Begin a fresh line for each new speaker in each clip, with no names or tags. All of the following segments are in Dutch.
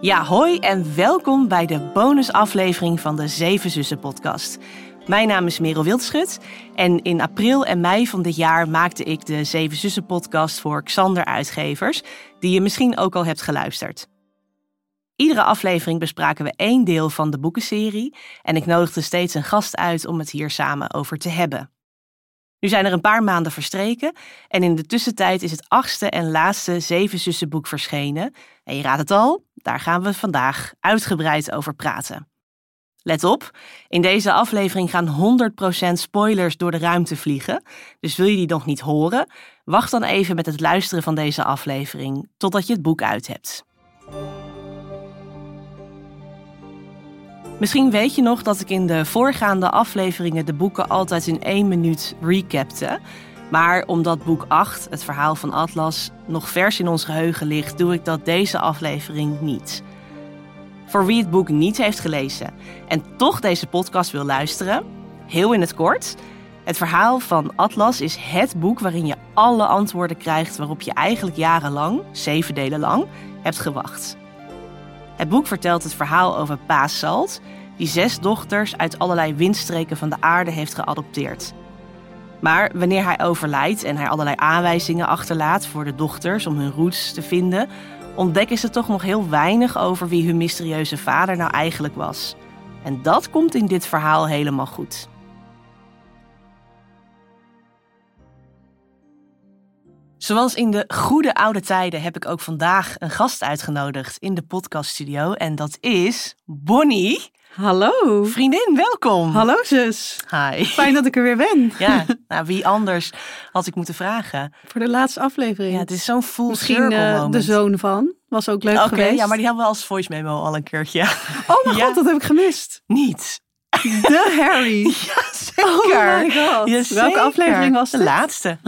Ja, hoi en welkom bij de bonusaflevering van de Zeven Zussen podcast. Mijn naam is Merel Wildschut en in april en mei van dit jaar maakte ik de Zeven Zussen podcast voor Xander Uitgevers, die je misschien ook al hebt geluisterd. Iedere aflevering bespraken we één deel van de boekenserie en ik nodigde steeds een gast uit om het hier samen over te hebben. Nu zijn er een paar maanden verstreken en in de tussentijd is het achtste en laatste Zeven Zussen boek verschenen. En je raadt het al, daar gaan we vandaag uitgebreid over praten. Let op, in deze aflevering gaan 100% spoilers door de ruimte vliegen. Dus wil je die nog niet horen? Wacht dan even met het luisteren van deze aflevering totdat je het boek uit hebt. Misschien weet je nog dat ik in de voorgaande afleveringen de boeken altijd in één minuut recapte. Maar omdat boek 8, het verhaal van Atlas, nog vers in ons geheugen ligt, doe ik dat deze aflevering niet. Voor wie het boek niet heeft gelezen en toch deze podcast wil luisteren, heel in het kort. Het verhaal van Atlas is het boek waarin je alle antwoorden krijgt waarop je eigenlijk jarenlang, zeven delen lang, hebt gewacht. Het boek vertelt het verhaal over Paas Salt, die zes dochters uit allerlei windstreken van de aarde heeft geadopteerd. Maar wanneer hij overlijdt en hij allerlei aanwijzingen achterlaat voor de dochters om hun roots te vinden, ontdekken ze toch nog heel weinig over wie hun mysterieuze vader nou eigenlijk was. En dat komt in dit verhaal helemaal goed. Zoals in de goede oude tijden heb ik ook vandaag een gast uitgenodigd in de podcaststudio. En dat is Bonnie.
Hallo.
Vriendin, welkom.
Hallo zus.
Hi.
Fijn dat ik er weer ben.
Ja, nou, wie anders had ik moeten vragen?
Voor de laatste aflevering.
Ja, het is zo'n full
Misschien
circle
eh,
moment.
de zoon van. Was ook leuk
Oké,
geweest.
ja, maar die hebben we als voice memo al een keertje.
Oh mijn
Ja.
god, dat heb ik gemist.
Niet.
De Harry.
Ja,
Oh my god.
Ja,
Welke
zeker.
aflevering was
De
dit?
laatste.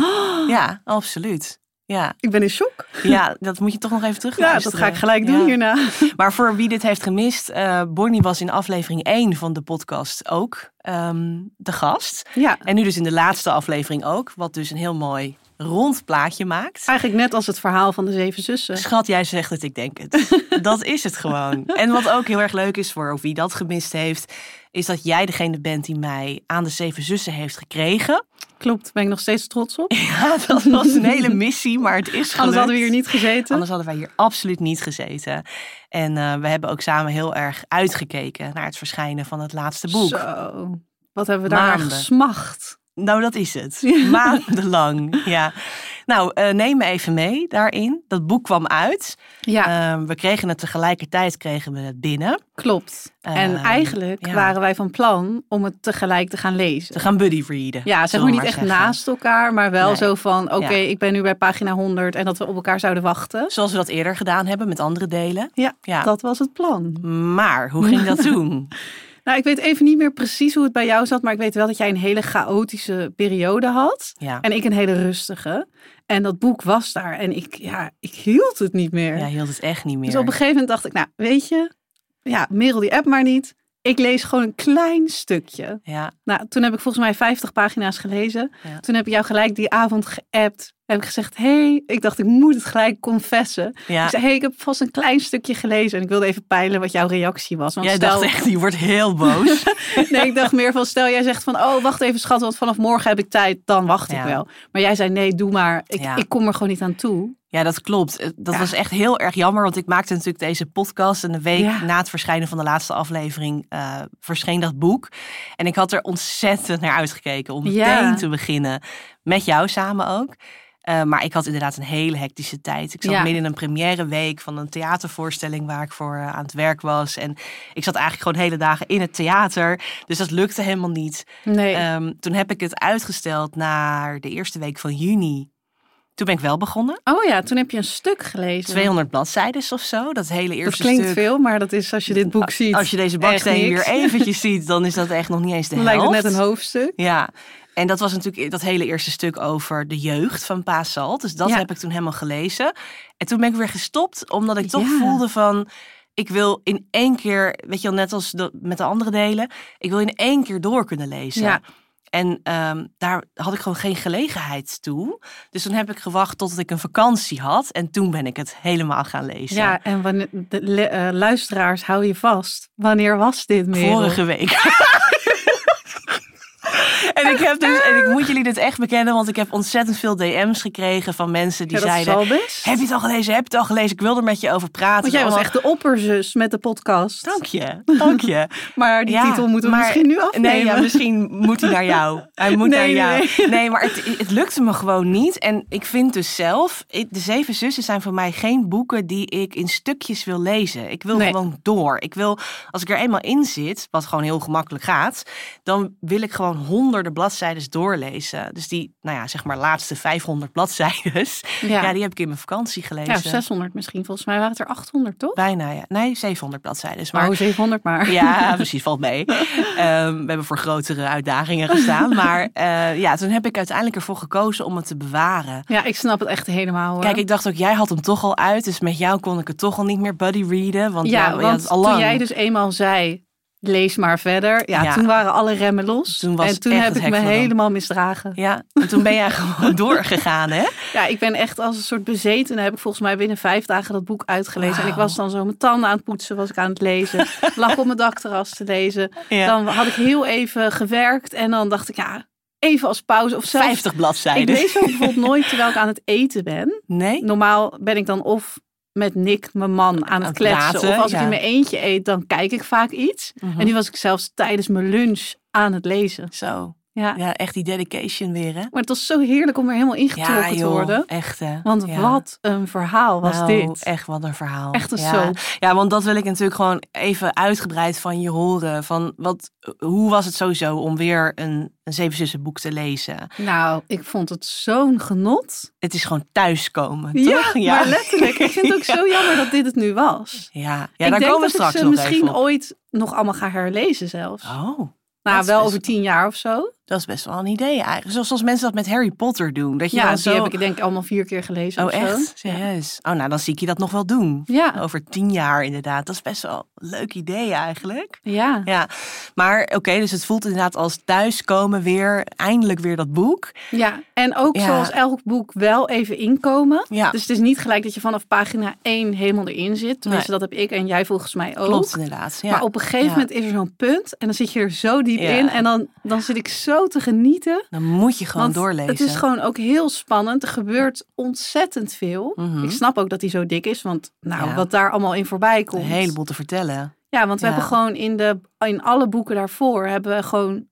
Ja, absoluut. Ja.
Ik ben in shock.
ja, dat moet je toch nog even terug.
Ja, dat ga ik gelijk doen hierna.
Maar voor wie dit heeft gemist, eh, Bonnie was in aflevering 1 van de podcast ook ehm, de gast.
Ja.
En nu dus in de laatste aflevering ook, wat dus een heel mooi rond plaatje maakt.
Eigenlijk net als het verhaal van de zeven zussen.
Schat, jij zegt het, ik denk het. Dat is het gewoon. En wat ook heel erg leuk is voor wie dat gemist heeft, is dat jij degene bent die mij aan de Zeven Zussen heeft gekregen.
Klopt, ben ik nog steeds trots op.
Ja, dat was een hele missie, maar het is gelukt.
Anders hadden we hier niet gezeten.
Anders hadden wij hier absoluut niet gezeten. En eh, we hebben ook samen heel erg uitgekeken naar het verschijnen van het laatste boek.
Zo. Wat hebben we daar
Maanden.
gesmacht.
Nou, dat is het. Maandenlang, ja. Nou, eh, neem me even mee daarin. Dat boek kwam uit.
Ja,
Eh, we kregen het tegelijkertijd kregen we het binnen.
klopt. en
Ehm,
eigenlijk
ja.
waren wij van plan om het tegelijk te gaan lezen.
Te gaan buddy readen.
Ja, zeg
zullen
maar
we
niet echt
zeggen.
naast elkaar, maar wel
Nee.
zo van: oké,
Ja.
ik ben nu bij pagina 100 en dat we op elkaar zouden wachten.
Zoals we dat eerder gedaan hebben met andere delen.
Ja,
Ja.
dat was het plan.
Maar hoe ging dat toen?
Nou, ik weet even niet meer precies hoe het bij jou zat, maar ik weet wel dat jij een hele chaotische periode had.
Ja.
En ik een hele rustige. En dat boek was daar en ik, ja, ik hield het niet meer.
Ja, hield het echt niet meer.
dus op een gegeven moment dacht ik: nou, weet je, ja, Merel die app maar niet. Ik lees gewoon een klein stukje.
Ja,
Nou, toen heb ik volgens mij 50 pagina's gelezen.
Ja.
Toen heb ik jou gelijk die avond geappt. Heb ik gezegd, hey, ik dacht ik moet het gelijk confessen. Ik
ja.
zei, hey, ik heb vast een klein stukje gelezen. En ik wilde even peilen wat jouw reactie was. Want
Jij
stel,
dacht echt, die wordt heel boos.
nee, ik dacht meer van, stel jij zegt van, oh, wacht even schat, want vanaf morgen heb ik tijd. Dan wacht
Ja.
ik wel. Maar jij zei, nee, doe maar. Ik,
Ja.
ik kom er gewoon niet aan toe.
Ja, dat klopt. Eh, Dat
Ja.
was echt heel erg jammer, want ik maakte natuurlijk deze podcast. En de week
Ja.
na het verschijnen van de laatste aflevering eh, verscheen dat boek. En ik had er ontzettend naar uitgekeken om meteen
Ja.
te beginnen. Met jou samen ook. Eh, maar ik had inderdaad een hele hectische tijd. Ik zat
Ja.
midden in een première week van een theatervoorstelling waar ik voor eh, aan het werk was. En ik zat eigenlijk gewoon hele dagen in het theater. Dus dat lukte helemaal niet.
Nee.
Ehm, toen heb ik het uitgesteld naar de eerste week van juni. Toen ben ik wel begonnen.
oh ja, toen heb je een stuk gelezen.
200 bladzijden of zo. Dat hele
dat
eerste
klinkt
stuk.
veel, maar dat is als je dit boek ziet.
Als je deze
echt
baksteen weer
niks.
eventjes ziet, dan is dat echt nog niet eens de
Dan
helft.
lijkt het net een hoofdstuk.
Ja, en dat was natuurlijk dat hele eerste stuk over de jeugd van Paas Salt. Dus dat
Ja.
heb ik toen helemaal gelezen. En toen ben ik weer gestopt, omdat ik toch
Ja.
voelde van... Ik wil in één keer, weet je wel, net als de- met de andere delen... Ik wil in één keer door kunnen lezen.
Ja.
En ehm, daar had ik gewoon geen gelegenheid toe. Dus toen heb ik gewacht totdat ik een vakantie had. En toen ben ik het helemaal gaan lezen.
Ja, en wanneer, de le- eh, luisteraars, hou je vast. Wanneer was dit, Merel?
Vorige week. en, ik heb dus, en ik moet jullie dit echt bekennen, want ik heb ontzettend veel DM's gekregen van mensen die
Ja, dat
zeiden...
zal best.
Heb je het al gelezen? Heb je het al gelezen? Ik wil er met je over praten.
Want jij was
Allemaal-
echt de opperzus met de podcast.
Dank je, dank je.
Maar die
Ja,
titel moeten we
maar-
misschien nu afnemen.
Nee, ja, misschien moet hij naar jou. Hij moet
Nee,
naar jou.
nee.
Nee, maar het, het lukte me gewoon niet. En ik vind dus zelf, ik- de Zeven Zussen zijn voor mij geen boeken die ik in stukjes wil lezen. Ik wil
Nee.
gewoon door. Ik wil, als ik er eenmaal in zit, wat gewoon heel gemakkelijk gaat, dan wil ik gewoon honderden bladzijden doorlezen. Dus die, nou ja, zeg maar laatste 500 bladzijden, ja.
Ja.
die heb ik in mijn vakantie gelezen.
Ja, 600 misschien. Volgens mij waren het er 800, toch?
Bijna, ja. Nee, 700 bladzijden. Maar
Maar 700 maar.
ja, precies, valt mee. Ehm, we hebben voor grotere uitdagingen gestaan. Maar eh, ja, toen heb ik uiteindelijk ervoor gekozen om het te bewaren.
Ja, ik snap het echt helemaal hoor.
Kijk, ik dacht ook, jij had hem toch al uit. Dus met jou kon ik het toch al niet meer buddy readen. Want
ja,
ja, we
want
hadden het al lang.
toen jij dus eenmaal zei, lees maar verder. Ja,
Ja.
toen waren alle remmen los.
Toen was
en toen
echt
heb
het
ik me
hek van de-
helemaal misdragen.
Ja, en toen ben jij gewoon doorgegaan, hè?
Ja, ik ben echt als een soort bezeten. Dan heb ik volgens mij binnen vijf dagen dat boek uitgelezen. En ik
Wauw.
was dan zo mijn tanden aan het poetsen, was ik aan het lezen. Lag op mijn dakterras te lezen.
Ja.
Dan had ik heel even gewerkt. En dan dacht ik, ja, even als pauze. Of zelfs,
50
ik
bladzijden.
lees ook bijvoorbeeld nooit terwijl ik aan het eten ben.
Nee?
Normaal ben ik dan of met Nick, mijn man, aan het
het
kletsen.
praten,
of als ik
ja. Mhm.
in mijn eentje eet, dan kijk ik vaak iets. En nu was ik zelfs tijdens mijn lunch aan het lezen.
Zo.
Ja.
Ja, echt die dedication weer, hè?
Maar het was zo heerlijk om er helemaal ingetrokken
Ja,
te
joh.
worden.
Echt, hè?
Want
Ja.
wat een verhaal was
Nou,
dit.
Echt wat een verhaal.
Echt een
ja.
soap.
Ja, want dat wil ik natuurlijk gewoon even uitgebreid van je horen. Van wat, hoe was het sowieso om weer een, een Zeven Zussen boek te lezen?
Nou, ik vond het zo'n genot.
Het is gewoon thuiskomen,
Ja,
toch? Ja,
maar letterlijk. Ik vind het ook zo jammer dat dit het nu was.
Ja, ja daar
ik denk
komen we
dat
straks
ik ze
nog
misschien
even op.
ooit nog allemaal ga herlezen zelfs.
Oh, dat
nou,
is
wel
best-
over tien jaar of zo.
dat is best wel een idee eigenlijk. Zoals, zoals mensen dat met Harry Potter doen. Dat je
Ja,
dan
die
zo...
heb ik denk ik allemaal vier keer gelezen
Oh,
of zo.
echt? Oh. Serieus? Oh, nou, dan zie ik je dat nog wel doen.
Ja,
Over tien jaar inderdaad. Dat is best wel een leuk idee eigenlijk.
ja.
Ja, maar oké, dus het voelt inderdaad als thuiskomen weer, eindelijk weer dat boek.
ja. En ook
Ja.
zoals elk boek wel even inkomen.
Ja,
Dus het is niet gelijk dat je vanaf pagina één helemaal erin zit. Tenminste, dat heb ik en jij volgens mij ook.
klopt inderdaad. Ja.
Maar op een gegeven
Ja.
moment is er zo'n punt en dan zit je er zo diep
Ja.
in en dan, dan zit ik zo te genieten.
Dan moet je gewoon
want
doorlezen.
Het is gewoon ook heel spannend. Er gebeurt ontzettend veel.
Mhm.
Ik snap ook dat hij zo dik is, want nou,
Ja.
wat daar allemaal in voorbij komt.
een heleboel te vertellen.
Ja, want we
Ja.
hebben gewoon in, de, in alle boeken daarvoor hebben we gewoon.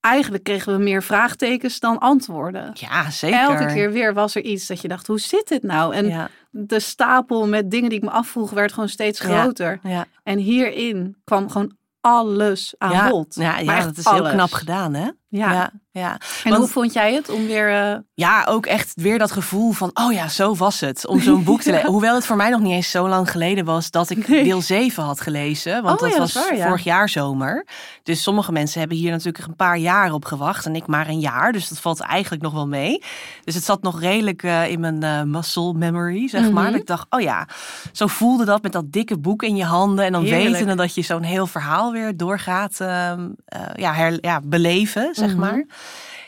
Eigenlijk kregen we meer vraagtekens dan antwoorden.
Ja, zeker.
Elke keer weer was er iets dat je dacht: hoe zit dit nou? En
Ja,
de stapel met dingen die ik me afvroeg werd gewoon steeds
Ja.
groter.
ja.
En hierin kwam gewoon alles aan
ja.
bod.
Ja, ja,
Maar echt
dat is
alles.
heel knap gedaan, hè?
Ja.
ja. ja.
En
want-
hoe vond jij het om weer... eh,
Ja, ook echt weer dat gevoel van, oh ja, zo was het. Om zo'n boek te lezen. Hoewel het voor mij nog niet eens zo lang geleden was dat ik
Nee.
deel 7 had gelezen. Want
Oh
dat
ja, dat
was
is waar, ja.
vorig jaar zomer. Dus sommige mensen hebben hier natuurlijk een paar jaar op gewacht. En ik maar een jaar, dus dat valt eigenlijk nog wel mee. Dus het zat nog redelijk eh, in mijn eh, muscle memory, zeg maar.
Mhm.
Dat ik dacht, oh ja, zo voelde dat met dat dikke boek in je handen. En dan
Heerlijk.
weten dat je zo'n heel verhaal weer doorgaat ehm, eh, ja, her, ja, beleven, zeg
Mhm.
maar.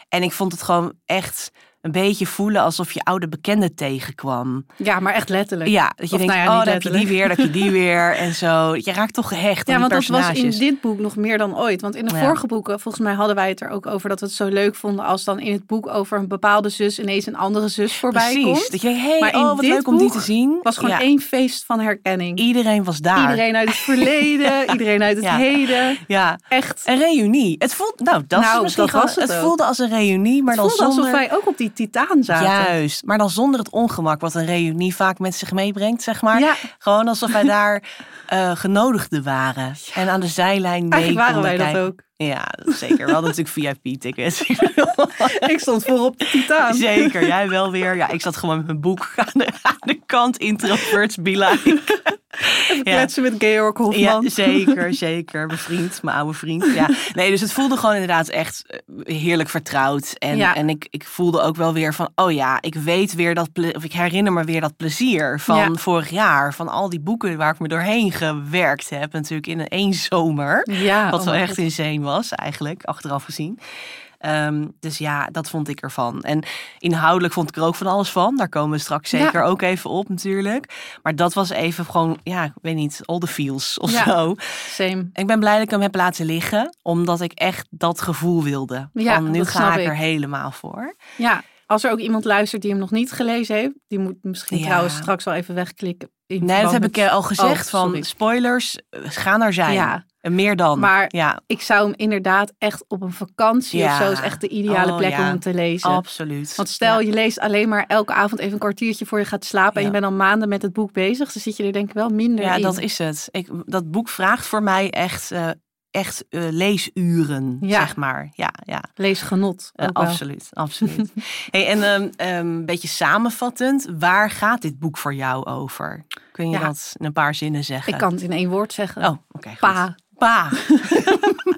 En ik vond het gewoon echt een beetje voelen alsof je oude bekende tegenkwam.
Ja, maar echt letterlijk.
Ja, dat je
Of
denkt,
nou ja,
oh,
niet
dan heb je die weer, dat je die weer en zo. Je raakt toch gehecht
Ja,
aan die
want dat was
personages.
in dit boek nog meer dan ooit. Want in de
Ja.
vorige boeken, volgens mij hadden wij het er ook over... dat we het zo leuk vonden als dan in het boek over een bepaalde zus... ineens een andere zus voorbij
Precies,
komt.
dat je denkt, hey,
Maar in
oh, wat
dit
leuk om die
boek
te zien.
Het was gewoon
Ja,
één feest van herkenning.
Iedereen was daar.
Iedereen uit het verleden, iedereen uit het
Ja.
heden.
Ja,
Echt.
een reunie. Het voelt, nou, dat
Nou,
is misschien
dat
gewoon-
was het
het
ook.
voelde als een reunie, maar
het
dan
voelde
zonder...
alsof wij ook op die titaan zaten.
Juist, maar dan zonder het ongemak wat een reunie vaak met zich meebrengt, zeg maar. Gewoon alsof wij daar eh genodigden waren. En aan de zijlijn mee
eigenlijk waren
konden
wij dat
kijken.
ook.
Ja, zeker. We hadden natuurlijk VIP-tickets.
Ik stond voor op de titaan.
zeker, jij wel weer. Ja, ik zat gewoon met mijn boek aan de, aan de kant. Introverts be like. Ja.
Kletsen met Georg
Ja,
Hofman.
zeker, zeker. Mijn vriend, mijn oude vriend. Ja. Nee, dus het voelde gewoon inderdaad echt eh, heerlijk vertrouwd. En,
Ja.
en ik, ik voelde ook wel weer van, oh ja, ik weet weer dat, ple- of ik herinner me weer dat plezier van
Ja.
vorig jaar. Van al die boeken waar ik me doorheen gewerkt heb, natuurlijk in één zomer.
Ja,
Wat
oh
wel
mijn
echt insane was, eigenlijk, achteraf gezien. Eh, Ehm, dus ja, dat vond ik ervan. En inhoudelijk vond ik er ook van alles van. Daar komen we straks
Ja.
zeker ook even op natuurlijk. Maar dat was even gewoon, ja, ik weet niet, all the feels of
Ja.
zo.
Same.
Ik ben blij dat ik hem heb laten liggen, omdat ik echt dat gevoel wilde.
Ja,
van, nu
dat snap
ga ik,
ik.
er helemaal voor.
Ja, als er ook iemand luistert die hem nog niet gelezen heeft, die moet misschien
Ja.
trouwens straks wel even wegklikken. in
Nee, dat
verband
heb
met-
ik eh, al gezegd.
Oh, sorry.
van spoilers, eh, gaan er zijn.
Ja.
En Meer dan.
Maar
ja,
eh, Ik zou hem inderdaad echt op een vakantie
Ja.
of zo is echt de ideale
Oh,
plek om
ja.
hem te lezen.
absoluut.
Want stel,
Ja.
je leest alleen maar elke avond even een kwartiertje voor je gaat slapen en
Ja.
je bent al maanden met het boek bezig, dan zit je er denk ik wel minder
Ja,
in.
dat is het. Ik, dat boek vraagt voor mij echt, eh, echt eh, leesuren,
Ja.
zeg maar. Ja, ja.
Leesgenot.
Eh,
ook wel.
absoluut, absoluut. hey, en ehm, ehm, een beetje samenvattend, waar gaat dit boek voor jou over? Kun je
Ja.
dat in een paar zinnen zeggen?
Ik kan het in één woord zeggen.
Oh, oké. goed.
Pa.
Pa.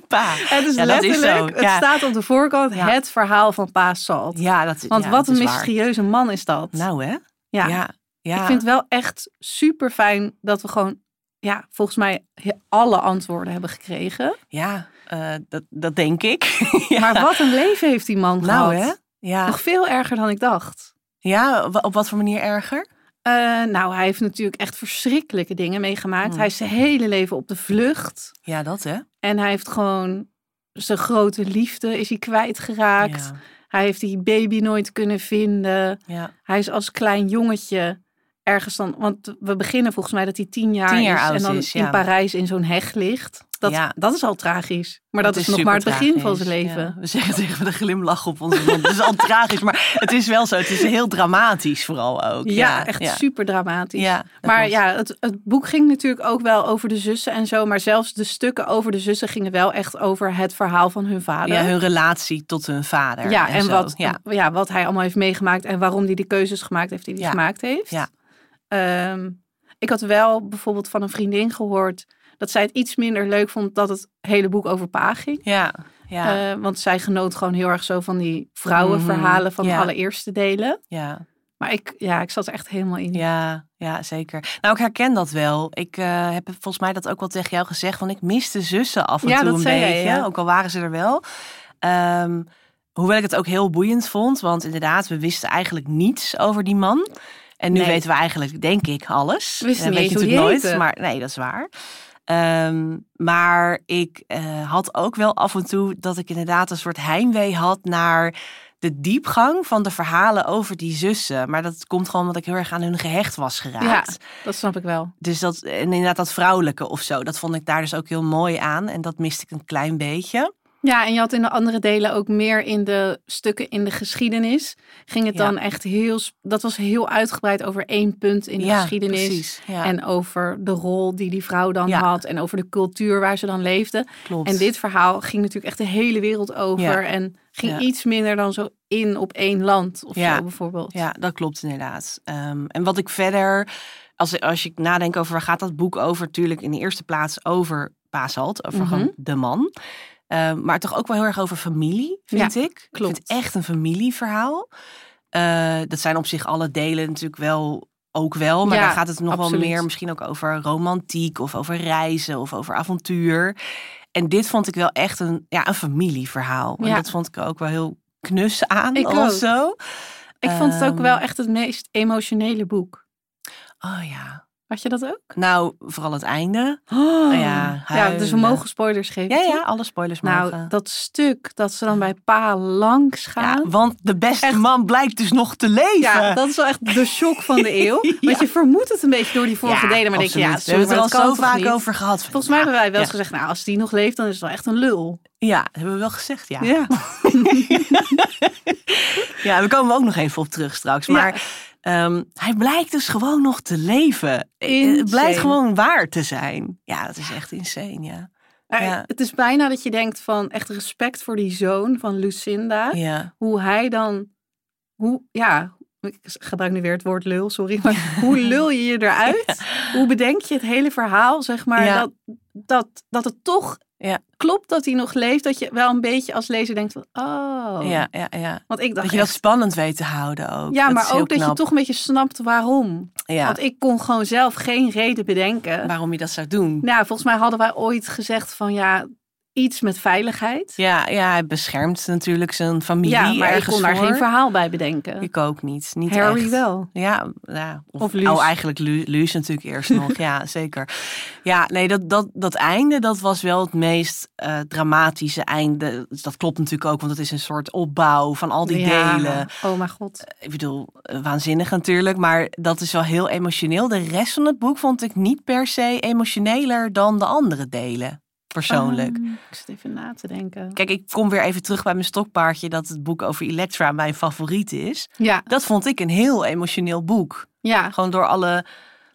pa.
Het is
Ja, dat is zo.
letterlijk, het
Ja.
staat op de voorkant,
Ja.
het verhaal van Pa Salt.
Ja, dat
Want
ja,
wat
dat
een
is waar.
mysterieuze man is dat.
Nou hè?
ja.
ja. ja.
Ik vind het wel echt super fijn dat we gewoon, ja, volgens mij he- alle antwoorden hebben gekregen.
Ja, eh, dat, dat denk ik. ja.
Maar wat een leven heeft die man
Nou hè?
gehad.
Ja.
Nog veel erger dan ik dacht.
ja, wa- op wat voor manier erger?
Eh, nou, hij heeft natuurlijk echt verschrikkelijke dingen meegemaakt.
Mm.
Hij is zijn hele leven op de vlucht.
Ja, dat hè?
En hij heeft gewoon zijn grote liefde is hij kwijtgeraakt.
Ja.
Hij heeft die baby nooit kunnen vinden.
ja.
Hij is als klein jongetje ergens dan... Want we beginnen volgens mij dat hij tien jaar,
Tien jaar
is.
oud
en dan
is,
in
ja.
Parijs in zo'n heg ligt. Dat,
Ja.
dat is al tragisch. Maar dat, is nog maar het
supertragisch,
begin van zijn
ja.
leven.
We zeggen tegen de glimlach op onze mond. Het is al tragisch, maar het is wel zo. Het is heel dramatisch vooral ook.
Ja, echt
ja.
super dramatisch.
Ja, dat
maar
klopt.
ja, het, het boek ging natuurlijk ook wel over de zussen en zo. Maar zelfs de stukken over de zussen gingen wel echt over het verhaal van hun vader.
Ja, hun relatie tot hun vader.
Ja, en,
zo.
wat,
Ja.
ja. wat hij allemaal heeft meegemaakt en waarom hij de keuzes gemaakt heeft die hij
Ja.
gemaakt heeft.
Ja.
Ehm, ik had wel bijvoorbeeld van een vriendin gehoord dat zij het iets minder leuk vond dat het hele boek over Pa ging.
Ja, ja,
Eh, want zij genoot gewoon heel erg zo van die vrouwenverhalen van de
Mhm, Ja.
allereerste delen.
ja.
Maar ik, ja, ik zat er echt helemaal in.
Ja, ja, zeker. Nou, ik herken dat wel. Ik eh, heb volgens mij dat ook wel tegen jou gezegd. Want ik miste zussen af en
Ja,
toe
dat
een
zei
beetje.
jij, ja.
Ook al waren ze er wel. Ehm, hoewel ik het ook heel boeiend vond. Want inderdaad, we wisten eigenlijk niets over die man. En nu
Nee.
weten we eigenlijk, denk ik, alles.
We wisten
Dat
niet
weet
eens
je
hoe
natuurlijk
die
nooit.
heette.
Maar nee, dat is waar. Ehm, maar ik eh, had ook wel af en toe dat ik inderdaad een soort heimwee had naar de diepgang van de verhalen over die zussen. Maar dat komt gewoon omdat ik heel erg aan hun gehecht was geraakt.
Dat snap ik wel.
Dus dat, en inderdaad dat vrouwelijke of zo, dat vond ik daar dus ook heel mooi aan. En dat miste ik een klein beetje.
Ja, en je had in de andere delen ook meer in de stukken in de geschiedenis. Ging het
Ja.
dan echt heel. sp- Dat was heel uitgebreid over één punt in de geschiedenis.
precies. Ja,
En over de rol die die vrouw dan
Ja.
had. En over de cultuur waar ze dan leefde.
klopt.
En dit verhaal ging natuurlijk echt de hele wereld over. En ging
Ja.
iets minder dan zo in op één land of
Ja.
zo bijvoorbeeld.
Ja, dat klopt inderdaad. Ehm, en wat ik verder, als, als ik nadenk over waar gaat dat boek over, natuurlijk in de eerste plaats over Paashalt, over
Mhm.
gewoon de man. Ehm, maar toch ook wel heel erg over familie, vind ik.
klopt.
Ik vind het echt een familieverhaal. Eh, dat zijn op zich alle delen natuurlijk wel ook wel, maar
Ja,
daar gaat het nog
absoluut.
wel meer misschien ook over romantiek of over reizen of over avontuur. En dit vond ik wel echt een, ja, een familieverhaal. En
Ja.
dat vond ik er ook wel heel knus aan
Ik
of
ook.
zo.
Ik vond het ook
Ehm.
wel echt het meest emotionele boek.
Oh ja,
Had je dat ook? Oh.
Nou, vooral het einde. Oh, ja,
ja, dus we
huilen.
mogen spoilers geven.
Ja,
toch?
ja, alle spoilers
Nou,
mogen.
dat stuk dat ze dan bij pa langs gaan.
ja, want de beste
Echt.
man blijkt dus nog te leven.
Ja, dat is wel echt de shock van de eeuw.
Ja.
Want je vermoedt het een beetje door die vorige
Ja,
delen. Maar denk je,
absoluut.
ja,
we hebben
sorry,
het er
maar
al
dat kan
zo
toch
vaak
niet?
over gehad.
Volgens mij hebben wij wel eens
Ja.
gezegd, nou, als die nog leeft, dan is het wel echt een lul.
Ja, dat hebben we wel gezegd, ja.
Ja.
Ja, we komen ook nog even op terug straks. Maar ehm, hij blijkt dus gewoon nog te leven. Eh,
Insane.
Het blijkt gewoon waar te zijn. Ja, dat is echt insane, ja.
Maar
Ja.
Het is bijna dat je denkt van echt respect voor die zoon van Lucinda.
Ja,
Hoe hij dan, hoe, ja, ik gebruik nu weer het woord lul, sorry. Maar hoe lul je je eruit? Hoe bedenk je het hele verhaal, zeg maar,
Ja.
dat, dat, dat het toch
Ja.
klopt dat hij nog leeft. Dat je wel een beetje als lezer denkt van, oh.
ja, ja. ja.
Want ik dacht
Dat je dat spannend weet te houden ook.
Ja,
Dat
maar
is
ook
heel
dat je
knap.
toch een beetje snapt waarom.
Ja,
Want ik kon gewoon zelf geen reden bedenken.
waarom je dat zou doen.
Nou, volgens mij hadden wij ooit gezegd van ja, iets met veiligheid.
Ja, ja, hij beschermt natuurlijk zijn familie
ja, maar ik
ergens
kon daar
voor.
geen verhaal bij bedenken.
Ik ook niet. niet
Harry
echt.
wel.
Ja, ja. Of,
Of Luus.
Oh, eigenlijk Lu- Luus natuurlijk eerst nog. Ja, zeker. Ja, nee, dat, dat, dat einde, dat was wel het meest eh, dramatische einde. Dus dat klopt natuurlijk ook, want het is een soort opbouw van al die
Ja.
delen.
Oh mijn god.
Ik bedoel, eh, waanzinnig natuurlijk, maar dat is wel heel emotioneel. De rest van het boek vond ik niet per se emotioneler dan de andere delen, persoonlijk.
Ehm, ik zit even na te denken.
Kijk, ik kom weer even terug bij mijn stokpaardje dat het boek over Elektra mijn favoriet is.
Ja,
Dat vond ik een heel emotioneel boek.
ja
Gewoon door alle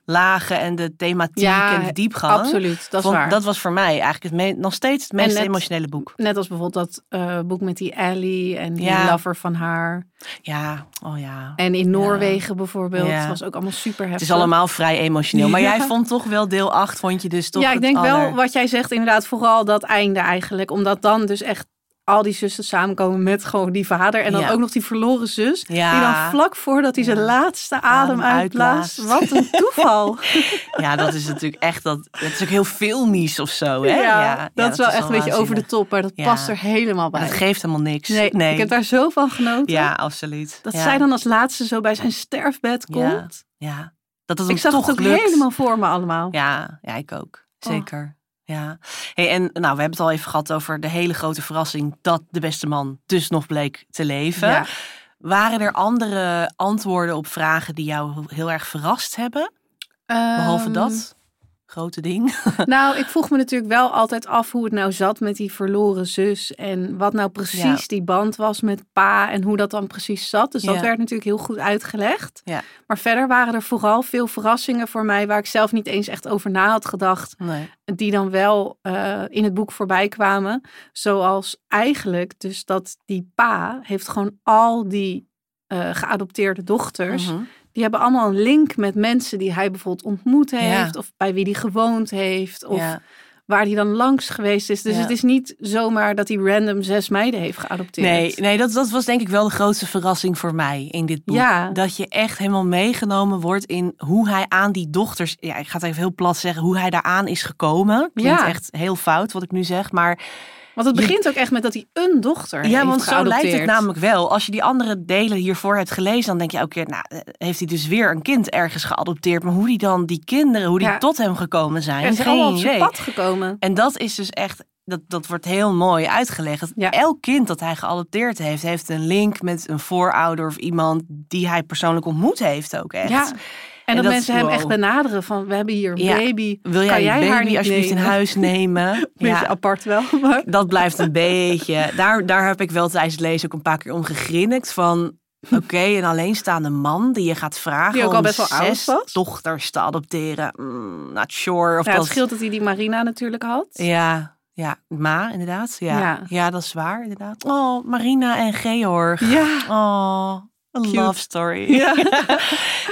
lagen en de thematiek
Ja,
en de diepgang.
absoluut. Dat is
Vond-
waar.
dat was voor mij eigenlijk het me- nog steeds het meest
net-
emotionele boek.
Net als bijvoorbeeld dat eh, boek met die Ellie en die
Ja.
lover van haar.
Ja, oh ja.
En in Noorwegen bijvoorbeeld.
Ja.
Het was ook allemaal super heftig.
Het is allemaal vrij emotioneel. Maar jij
Ja.
vond toch wel deel 8, vond je dus toch
ja, ik
het
denk wel
aller-
wat jij zegt, inderdaad, vooral dat einde eigenlijk. Omdat dan dus echt al die zussen samenkomen met gewoon die vader. En dan
Ja.
ook nog die verloren zus.
Ja.
Die dan vlak voordat hij zijn
Ja.
laatste
Adem
adem, uitblaast.
uitblaast.
Wat een toeval.
Ja, dat is natuurlijk echt dat. Het is ook heel filmisch of zo. Hè?
Ja, dat is wel echt een beetje over de
waanzinnig.
top. Maar dat
Ja.
past er helemaal bij.
Het geeft helemaal niks.
nee, ik heb daar zo van genoten.
Ja, absoluut.
Dat
ja.
zij dan als laatste zo bij zijn sterfbed
Ja.
komt.
Ja, dat het hem
ik zag
toch
het ook
lukt.
helemaal voor me allemaal.
Ja, ja, ik ook.
Oh.
Zeker. Ja. Hey, en nou, we hebben het al even gehad over de hele grote verrassing dat de beste man dus nog bleek te leven.
Ja.
Waren er andere antwoorden op vragen die jou heel erg verrast hebben? Behalve
Ehm,
dat grote ding.
Nou, ik vroeg me natuurlijk wel altijd af hoe het nou zat met die verloren zus. En wat nou precies
Ja.
die band was met pa en hoe dat dan precies zat. Dus
Ja.
dat werd natuurlijk heel goed uitgelegd.
Ja.
Maar verder waren er vooral veel verrassingen voor mij waar ik zelf niet eens echt over na had gedacht.
Nee.
Die dan wel eh, in het boek voorbij kwamen. Zoals eigenlijk dus dat die pa heeft gewoon al die eh, geadopteerde dochters.
Mhm.
die hebben allemaal een link met mensen die hij bijvoorbeeld ontmoet heeft,
Ja.
of bij wie hij gewoond heeft, of
Ja.
waar hij dan langs geweest is. Dus
Ja.
het is niet zomaar dat hij random zes meiden heeft geadopteerd.
Nee, nee dat, dat was denk ik wel de grootste verrassing voor mij in dit boek.
Ja.
Dat je echt helemaal meegenomen wordt in hoe hij aan die dochters... Ja, ik ga het even heel plat zeggen, hoe hij daaraan is gekomen. Klinkt
Ja.
echt heel fout wat ik nu zeg, maar...
Want het
Je-
begint ook echt met dat hij een dochter heeft
Ja, want zo
geadopteerd.
lijkt het namelijk wel. Als je die andere delen hiervoor hebt gelezen, dan denk je elke keer... Nou, eh, heeft hij dus weer een kind ergens geadopteerd. Maar hoe die dan, die kinderen, hoe die
Ja.
tot hem gekomen
Er
zijn,
is
geen
gewoon op zijn
idee.
pad gekomen.
En dat is dus echt, dat, dat wordt heel mooi uitgelegd. Dat
Ja.
Elk kind dat hij geadopteerd heeft, heeft een link met een voorouder of iemand die hij persoonlijk ontmoet heeft ook echt.
Ja. En, dat,
dat-
mensen hem
wow.
echt benaderen van, we hebben hier een
Ja.
baby.
Wil jij,
kan jij
je
haar
baby
niet
alsjeblieft in
nemen?
huis nemen?
Beetje apart wel, maar...
dat blijft een beetje. Daar, daar heb ik wel tijdens het lezen ook een paar keer om gegrinnikt. Van oké, een alleenstaande man die je gaat vragen
Hm. Die ook al
om
best wel oud
zes
was.
dochters te adopteren. Mm, not sure. Of
Ja,
dat...
het scheelt dat hij die Marina natuurlijk had.
Ja, ja, Ma inderdaad. Ja.
Ja.
Ja. dat is waar inderdaad. Oh, Marina en Georg.
Ja.
Oh, a
Cute.
love story.
Ja.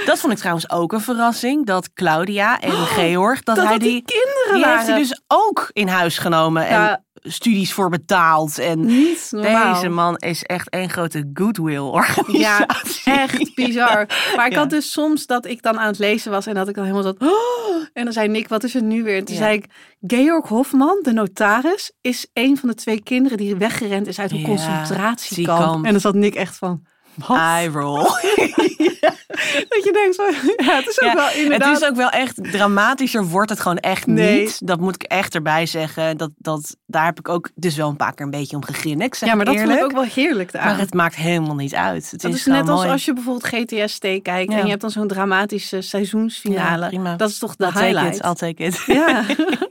dat vond ik trouwens ook een verrassing. Dat Claudia en Georg, dat,
Oh, Dat
hij
dat die
die...
kinderen
Die heeft
waren.
hij dus ook in huis genomen en
Ja.
studies voor betaald. En
Niet normaal.
deze man is echt één grote
Ja,
goodwill-organisatie.
echt bizar. Maar ik
Ja.
had dus soms dat ik dan aan het lezen was en dat ik dan helemaal zat. "Oh!" en dan zei Nick, wat is het nu weer? En toen
Ja.
zei ik, Georg Hofman, de notaris, is een van de twee kinderen die weggerend is uit een
Ja,
concentratiekamp.
ziekamp.
En dan zat Nick echt van, wat?
Eye roll.
Dat je denkt van, ja, het is ook
Ja,
wel inderdaad.
Het is ook wel echt dramatischer, wordt het gewoon echt
Nee.
niet. Dat moet ik echt erbij zeggen. Dat, dat, daar heb ik ook dus wel een paar keer een beetje om gegrinnikt. zeg
ja, maar dat
eerlijk.
vond ik ook wel heerlijk daar.
Maar het maakt helemaal niet uit. Het
dat
is,
is net
gewoon
als
mooi.
als je bijvoorbeeld GTST kijkt
Ja.
en je hebt dan zo'n dramatische
Ja,
seizoensfinale.
prima.
dat is toch de
I'll take
highlight.
it, I'll take it.
Ja.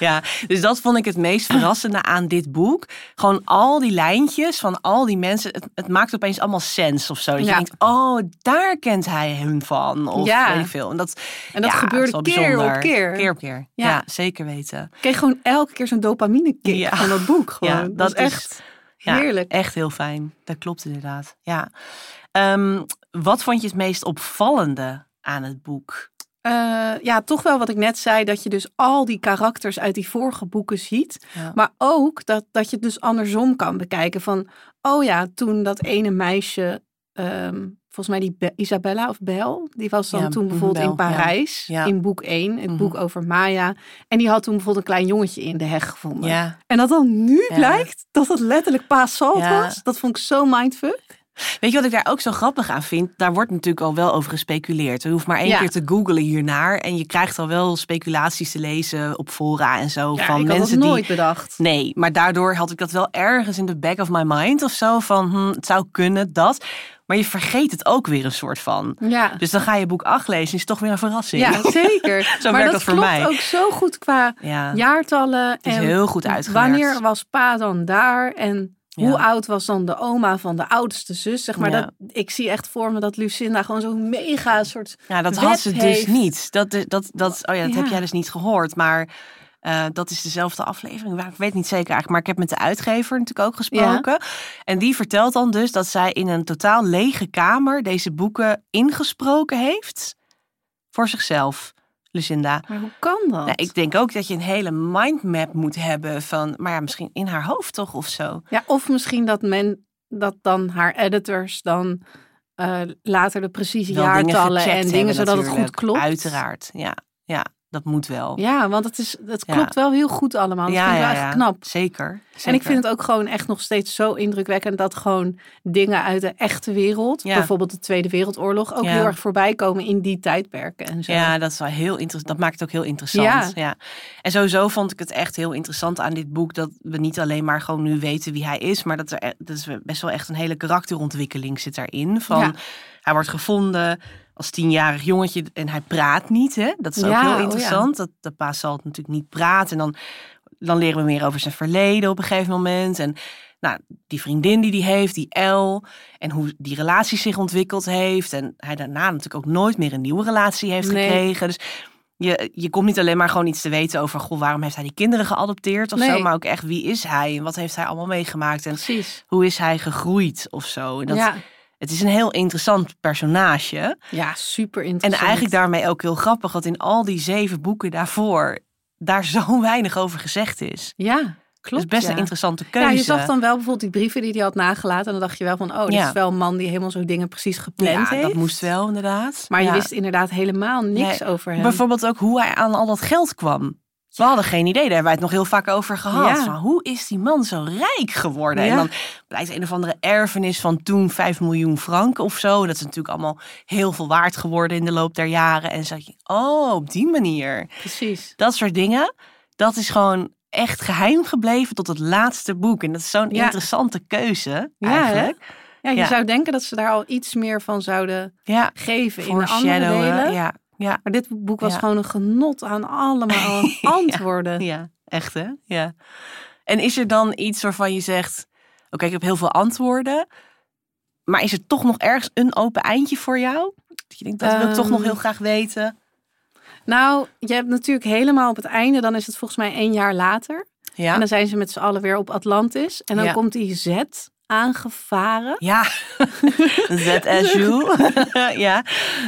Ja, dus dat vond ik het meest verrassende aan dit boek. Gewoon al die lijntjes van al die mensen. Het, het maakt opeens allemaal sens of zo. Dat
Ja.
je denkt, oh, daar kent hij hun van. Of
Ja.
weet ik veel. En dat,
En dat
ja,
gebeurde
is wel
keer op
bijzonder.
keer.
Keer op keer.
Ja.
Ja, zeker weten.
Ik kreeg gewoon elke keer zo'n dopamine kick
Ja.
van dat boek. Gewoon.
Ja,
dat,
dat
is
is-
echt
Ja,
heerlijk.
Echt heel fijn. Dat klopt inderdaad. Ja. Ehm, wat vond je het meest opvallende aan het boek?
Eh, ja, toch wel wat ik net zei, dat je dus al die karakters uit die vorige boeken ziet.
Ja.
Maar ook dat, dat je het dus andersom kan bekijken. Van, oh ja, toen dat ene meisje ehm, volgens mij die Be- Isabella of Bel, die was dan
Ja,
toen
mm,
bijvoorbeeld in
Bel, ja.
Parijs,
Ja.
in boek 1, het
Mhm.
boek over Maya. En die had toen bijvoorbeeld een klein jongetje in de heg gevonden.
Ja.
En dat dan nu
Ja.
blijkt dat het letterlijk paas salt
Ja.
was, dat vond ik zo mindfuck.
Weet je wat ik daar ook zo grappig aan vind? Daar wordt natuurlijk al wel over gespeculeerd. Je hoeft maar één
Ja.
keer te googlen hiernaar. En je krijgt al wel speculaties te lezen op fora en zo.
Ja,
van
ik had
mensen
dat
die
nooit bedacht.
Nee, maar daardoor had ik dat wel ergens in de back of my mind of zo. Van hm, het zou kunnen dat. Maar je vergeet het ook weer een soort van.
Ja.
Dus dan ga je boek 8 lezen. Is toch weer een verrassing.
Ja, zeker. maar
werkt
dat
dat voor
klopt
mij.
ook zo goed qua
ja.
jaartallen.
het is
en
heel goed uitgewerkt.
Wanneer was pa dan daar? En hoe
Ja.
oud was dan de oma van de oudste zus? Zeg maar
Ja.
dat, ik zie echt voor me dat Lucinda gewoon zo'n mega soort...
Ja, dat
wet
had ze dus
heeft.
niet. Dat, dat, dat, oh ja, dat heb
Ja.
jij dus niet gehoord. Maar eh, dat is dezelfde aflevering. Waar- Ik weet niet zeker eigenlijk. Maar ik heb met de uitgever natuurlijk ook gesproken. En die vertelt dan dus dat zij in een totaal lege kamer deze boeken ingesproken heeft. Voor zichzelf, Lucinda.
Maar hoe kan dat?
Nou, ik denk ook dat je een hele mindmap moet hebben van, maar ja, misschien in haar hoofd toch of zo.
Ja, of misschien dat men dat dan haar editors dan eh, later de precieze
Wel dingen
jaartallen
gecheckt
en dingen
hebben
zodat het goed
natuurlijk.
klopt.
Uiteraard, ja. Ja, dat moet wel.
Ja, want het, is, het
Ja.
klopt wel heel goed allemaal. Dat vind ik wel echt knap.
Zeker,
En ik
zeker.
vind het ook gewoon echt nog steeds zo indrukwekkend dat gewoon dingen uit de echte wereld,
Ja.
bijvoorbeeld de Tweede Wereldoorlog, ook
Ja.
heel erg voorbij komen in die tijdperken en zo.
Ja, dat is wel heel interessant. Dat maakt het ook heel interessant. Ja. En sowieso vond ik het echt heel interessant aan dit boek dat we niet alleen maar gewoon nu weten wie hij is, maar dat er e- dat is best wel echt een hele karakterontwikkeling zit daarin. Van
Ja.
hij wordt gevonden als tienjarig jongetje en hij praat niet. Hè? Dat is ook
Ja, oh
heel
ja.
interessant. Dat de pa Salt natuurlijk niet praat en dan dan leren we meer over zijn verleden op een gegeven moment en nou, die vriendin die die heeft, die L. En hoe die relatie zich ontwikkeld heeft. En hij daarna natuurlijk ook nooit meer een nieuwe relatie heeft
Nee.
gekregen. Dus je, je komt niet alleen maar gewoon iets te weten over... Goh, waarom heeft hij die kinderen geadopteerd of zo.
Nee.
Maar ook echt, wie is hij? En wat heeft hij allemaal meegemaakt? En
precies.
hoe is hij gegroeid of zo? En dat,
ja.
Het is een heel interessant personage.
ja, super
En
interessant.
eigenlijk daarmee ook heel grappig... dat in al die zeven boeken daarvoor... daar zo weinig over gezegd is.
Ja, klopt.
dus best
ja.
een interessante keuze.
Ja, je zag dan wel bijvoorbeeld die brieven die hij had nagelaten. En dan dacht je wel van, oh, dit
Ja.
is wel een man die helemaal zo dingen precies gepland
Ja,
heeft.
dat moest wel inderdaad.
Maar je
Ja.
wist inderdaad helemaal niks over hem.
Bijvoorbeeld ook hoe hij aan al dat geld kwam. We hadden geen idee, daar hebben wij het nog heel vaak over gehad.
Ja.
Van, hoe is die man zo rijk geworden?
Ja.
En dan blijkt een of andere erfenis van toen 5 miljoen frank of zo. Dat is natuurlijk allemaal heel veel waard geworden in de loop der jaren. En zat je, oh, op die manier.
Precies.
Dat soort dingen, dat is gewoon echt geheim gebleven tot het laatste boek. En dat is zo'n
Ja.
interessante keuze
Ja, hè?
eigenlijk.
Ja, je
Ja.
zou denken dat ze daar al iets meer van zouden
Ja,
geven in de andere
foreshadowen.
delen.
Ja, ja,
Maar dit boek was
Ja.
gewoon een genot aan allemaal antwoorden.
Ja, echt hè? Ja. En is er dan iets waarvan je zegt: Oké, ik heb heel veel antwoorden. Maar is er toch nog ergens een open eindje voor jou? Dat je denkt, dat wil ik toch nog
Ehm,
heel graag weten.
Nou, je hebt natuurlijk helemaal op het einde, dan is het volgens mij één jaar later.
Ja.
En dan zijn ze met z'n allen weer op Atlantis. En dan
Ja.
komt die Z aangevaren.
Ja, ZSU. ja,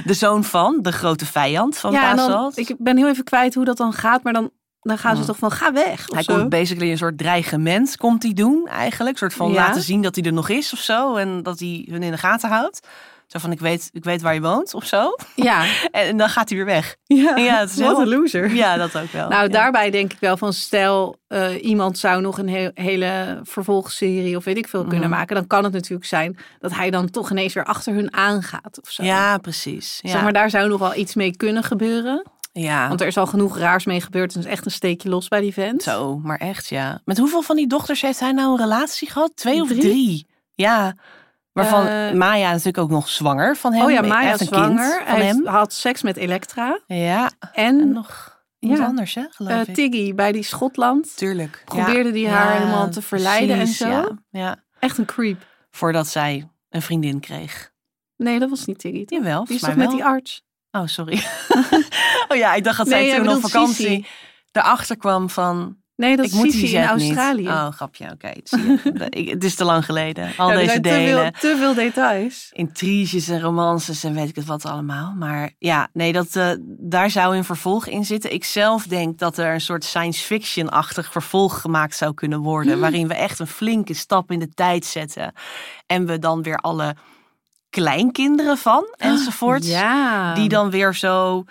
de zoon van, de grote vijand van
ja,
ja,
en dan, ik ben heel even kwijt hoe dat dan gaat, maar dan, dan gaan ze
Oh.
toch van ga weg. Of
Hij
zo.
komt basically een soort dreigement komt hij doen eigenlijk. Een soort van
Ja.
laten zien dat hij er nog is of zo. En dat hij hun in de gaten houdt. Zo van, ik weet, ik weet waar je woont of zo.
Ja,
En, en dan gaat hij weer weg.
ja.
Ja, het is
wat
heel-
een loser.
Ja, dat ook wel.
Nou,
Ja.
daarbij denk ik wel van stel eh, iemand zou nog een he- hele vervolgserie of weet ik veel kunnen
Mhm.
maken. Dan kan het natuurlijk zijn dat hij dan toch ineens weer achter hun aangaat of zo.
Ja, precies. Ja.
Zeg maar, daar zou nog wel iets mee kunnen gebeuren.
ja.
Want er is al genoeg raars mee gebeurd. Het is echt een steekje los bij die vent.
Zo, maar echt, ja. Met hoeveel van die dochters heeft hij nou een relatie gehad? Twee of
Drie?
drie? Ja. Waarvan
Eh,
Maya natuurlijk ook nog zwanger van hem.
oh ja,
Hij
Maya
heeft
is
een
zwanger.
Kind van
Hij heeft-
hem.
had seks met Elektra.
Ja,
En,
en nog iets
ja.
anders, hè, geloof
eh,
ik.
Tiggy bij die Schotland.
Tuurlijk. Ja.
Probeerde die haar
Ja,
helemaal te verleiden
precies,
en zo.
Ja. ja.
Echt een creep.
Voordat zij een vriendin kreeg.
Nee, dat was niet Tiggy. toch?
Jawel,
Die
volgens
is toch
mij
met
wel.
die arts?
Oh, sorry. oh ja, ik dacht dat
Nee,
zij
jij
toen op
bedoelt
vakantie
Sissi.
erachter kwam van...
Nee, dat
ik
is
moet
Sissi
die
in
zet niet.
Australië.
Oh, grapje, oké. het zie je. De- ik- Het is te lang geleden. Al
Ja, er
deze
zijn te veel,
delen.
te veel details.
Intriges en romances en weet ik het wat allemaal. Maar ja, nee, dat, eh, daar zou een vervolg in zitten. Ik zelf denk dat er een soort science fiction-achtig vervolg gemaakt zou kunnen
Hmm.
worden. Waarin we echt een flinke stap in de tijd zetten. En we dan weer alle kleinkinderen van enzovoorts.
Ah, Ja.
Die dan weer zo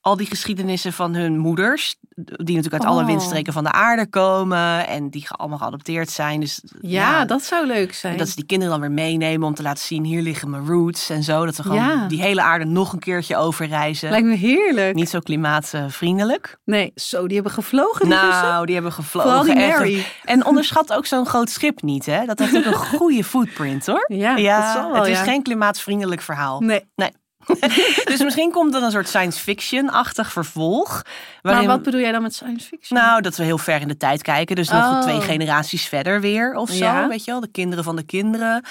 al die geschiedenissen van hun moeders, die natuurlijk uit alle
Oh.
windstreken van de aarde komen en die ge- allemaal geadopteerd zijn. Dus
ja, dat zou leuk zijn.
dat ze die kinderen dan weer meenemen om te laten zien, hier liggen mijn roots en zo. Dat we gewoon
Ja.
die hele aarde nog een keertje overreizen.
Lijkt me heerlijk.
Niet zo klimaatvriendelijk.
Nee, zo, die hebben gevlogen. die vissen.
Nou, die hebben gevlogen.
Vooral die
en ge-
Mary.
En onderschat ook zo'n groot schip niet, hè? Dat heeft ook een goede footprint, hoor.
Ja, dat zal wel,
het is
ja.
geen klimaatvriendelijk verhaal.
Nee,
Dus misschien komt er een soort science fiction-achtig vervolg.
maar
waarin-
wat bedoel jij dan met science fiction?
Nou, dat we heel ver in de tijd kijken. Dus nog
Oh.
twee generaties verder weer of zo.
Ja.
Weet je wel, de kinderen van de kinderen.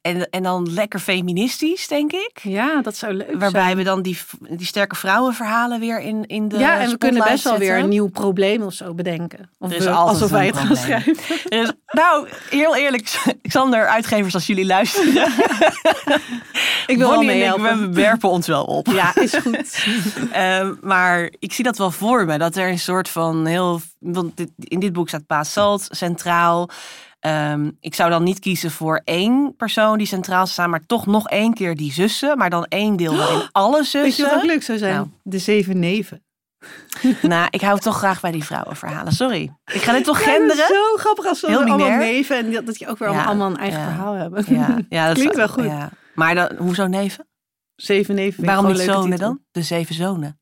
En, en dan lekker feministisch, denk ik.
ja, dat zou leuk zijn.
Waarbij we dan die, v- die sterke vrouwenverhalen weer in, in de
Ja, en we kunnen
spotlight
best wel weer
zetten.
een nieuw probleem of zo bedenken. Of
Er is
we-
altijd
alsof
een
wij het gaan
probleem.
schrijven.
Dus, nou, heel eerlijk, Xander, uitgevers als jullie luisteren.
Ik wil wel
Bonnie en ik,
meehelpen.
we werpen ons wel op.
Ja, is goed.
Eh, maar ik zie dat wel voor me. Dat er een soort van heel... Want dit- in dit boek staat Paas Salt centraal. Ehm, ik zou dan niet kiezen voor één persoon die centraal staat. Maar toch nog één keer die zussen. Maar dan één deel waarin alle
Weet je wat ook
zussen...
leuk zou zijn?
Nou.
De zeven neven.
Nou, ik hou toch graag bij die vrouwenverhalen. Sorry. Ik ga dit toch genderen?
Zo grappig als ze
Heel
allemaal
binair.
neven en dat- dat je ook weer allemaal,
Ja,
allemaal een eigen
ja.
verhaal hebben.
Ja, ja, dat
Klinkt
zou-
wel goed.
ja. Maar dan, hoezo neven?
Zeven neven. vind ik
Waarom
gewoon
niet
een leuke
zonen
titel.
dan? De zeven zonen.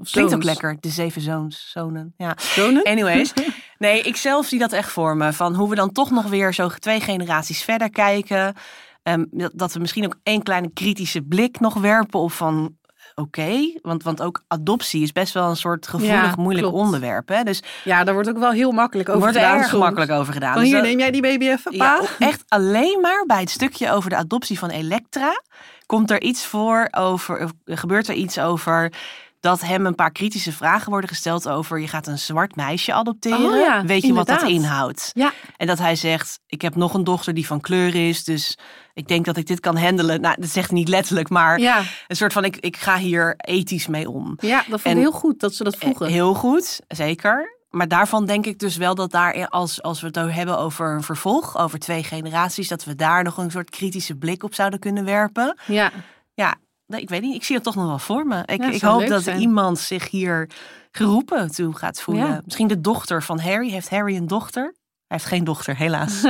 Of
Klinkt ook
zoons.
lekker. De zeven zoons. Zonen. Ja.
Zonen?
Anyways. Nee, ik zelf zie dat echt voor me. Van hoe we dan toch nog weer zo twee generaties verder kijken. Ehm, dat, dat we misschien ook één kleine kritische blik nog werpen op van... eh, Oké, want, want ook adoptie is best wel een soort gevoelig,
Ja,
moeilijk
klopt.
onderwerp. Hè? Dus er
Ja, daar wordt ook wel heel makkelijk over
wordt er
gedaan
erg
soms.
gemakkelijk over gedaan.
Van
Dus
hier,
dat-
neem jij die baby even,
ja,
pa?
op- echt alleen maar bij het stukje over de adoptie van Elektra komt er iets voor over, of gebeurt er iets over dat hem een paar kritische vragen worden gesteld over je gaat een zwart meisje adopteren.
Oh ja,
Weet je wat dat
inderdaad.
inhoudt?
Ja.
En dat hij zegt, ik heb nog een dochter die van kleur is, dus ik denk dat ik dit kan handelen. Nou, dat zegt hij niet letterlijk, maar
Ja.
een soort van ik, ik ga hier ethisch mee om.
ja, dat vond
En-
ik heel goed dat ze dat vroegen.
Heel goed, zeker. Maar daarvan denk ik dus wel dat daar, als, als we het ook hebben over een vervolg, over twee generaties, dat we daar nog een soort kritische blik op zouden kunnen werpen.
Ja,
Ja, nee, ik weet niet, ik zie het toch nog wel voor me. Ik,
Ja,
ik
zou
hoop
leuk
dat
zijn.
iemand zich hier geroepen toe gaat voelen.
Ja.
Misschien de dochter van Harry. Heeft Harry een dochter? Hij heeft geen dochter, helaas.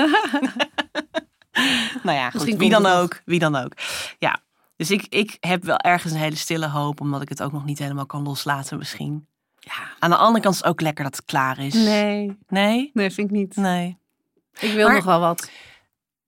nou ja, goed,
Misschien
wie
komt
dan
het nog.
ook, wie dan ook. Ja, dus ik, ik heb wel ergens een hele stille hoop, omdat ik het ook nog niet helemaal kan loslaten misschien.
ja.
Aan de andere kant is het ook lekker dat het klaar is.
Nee,
Nee?
nee, vind ik niet.
Nee.
Ik wil
Maar-
nog wel wat.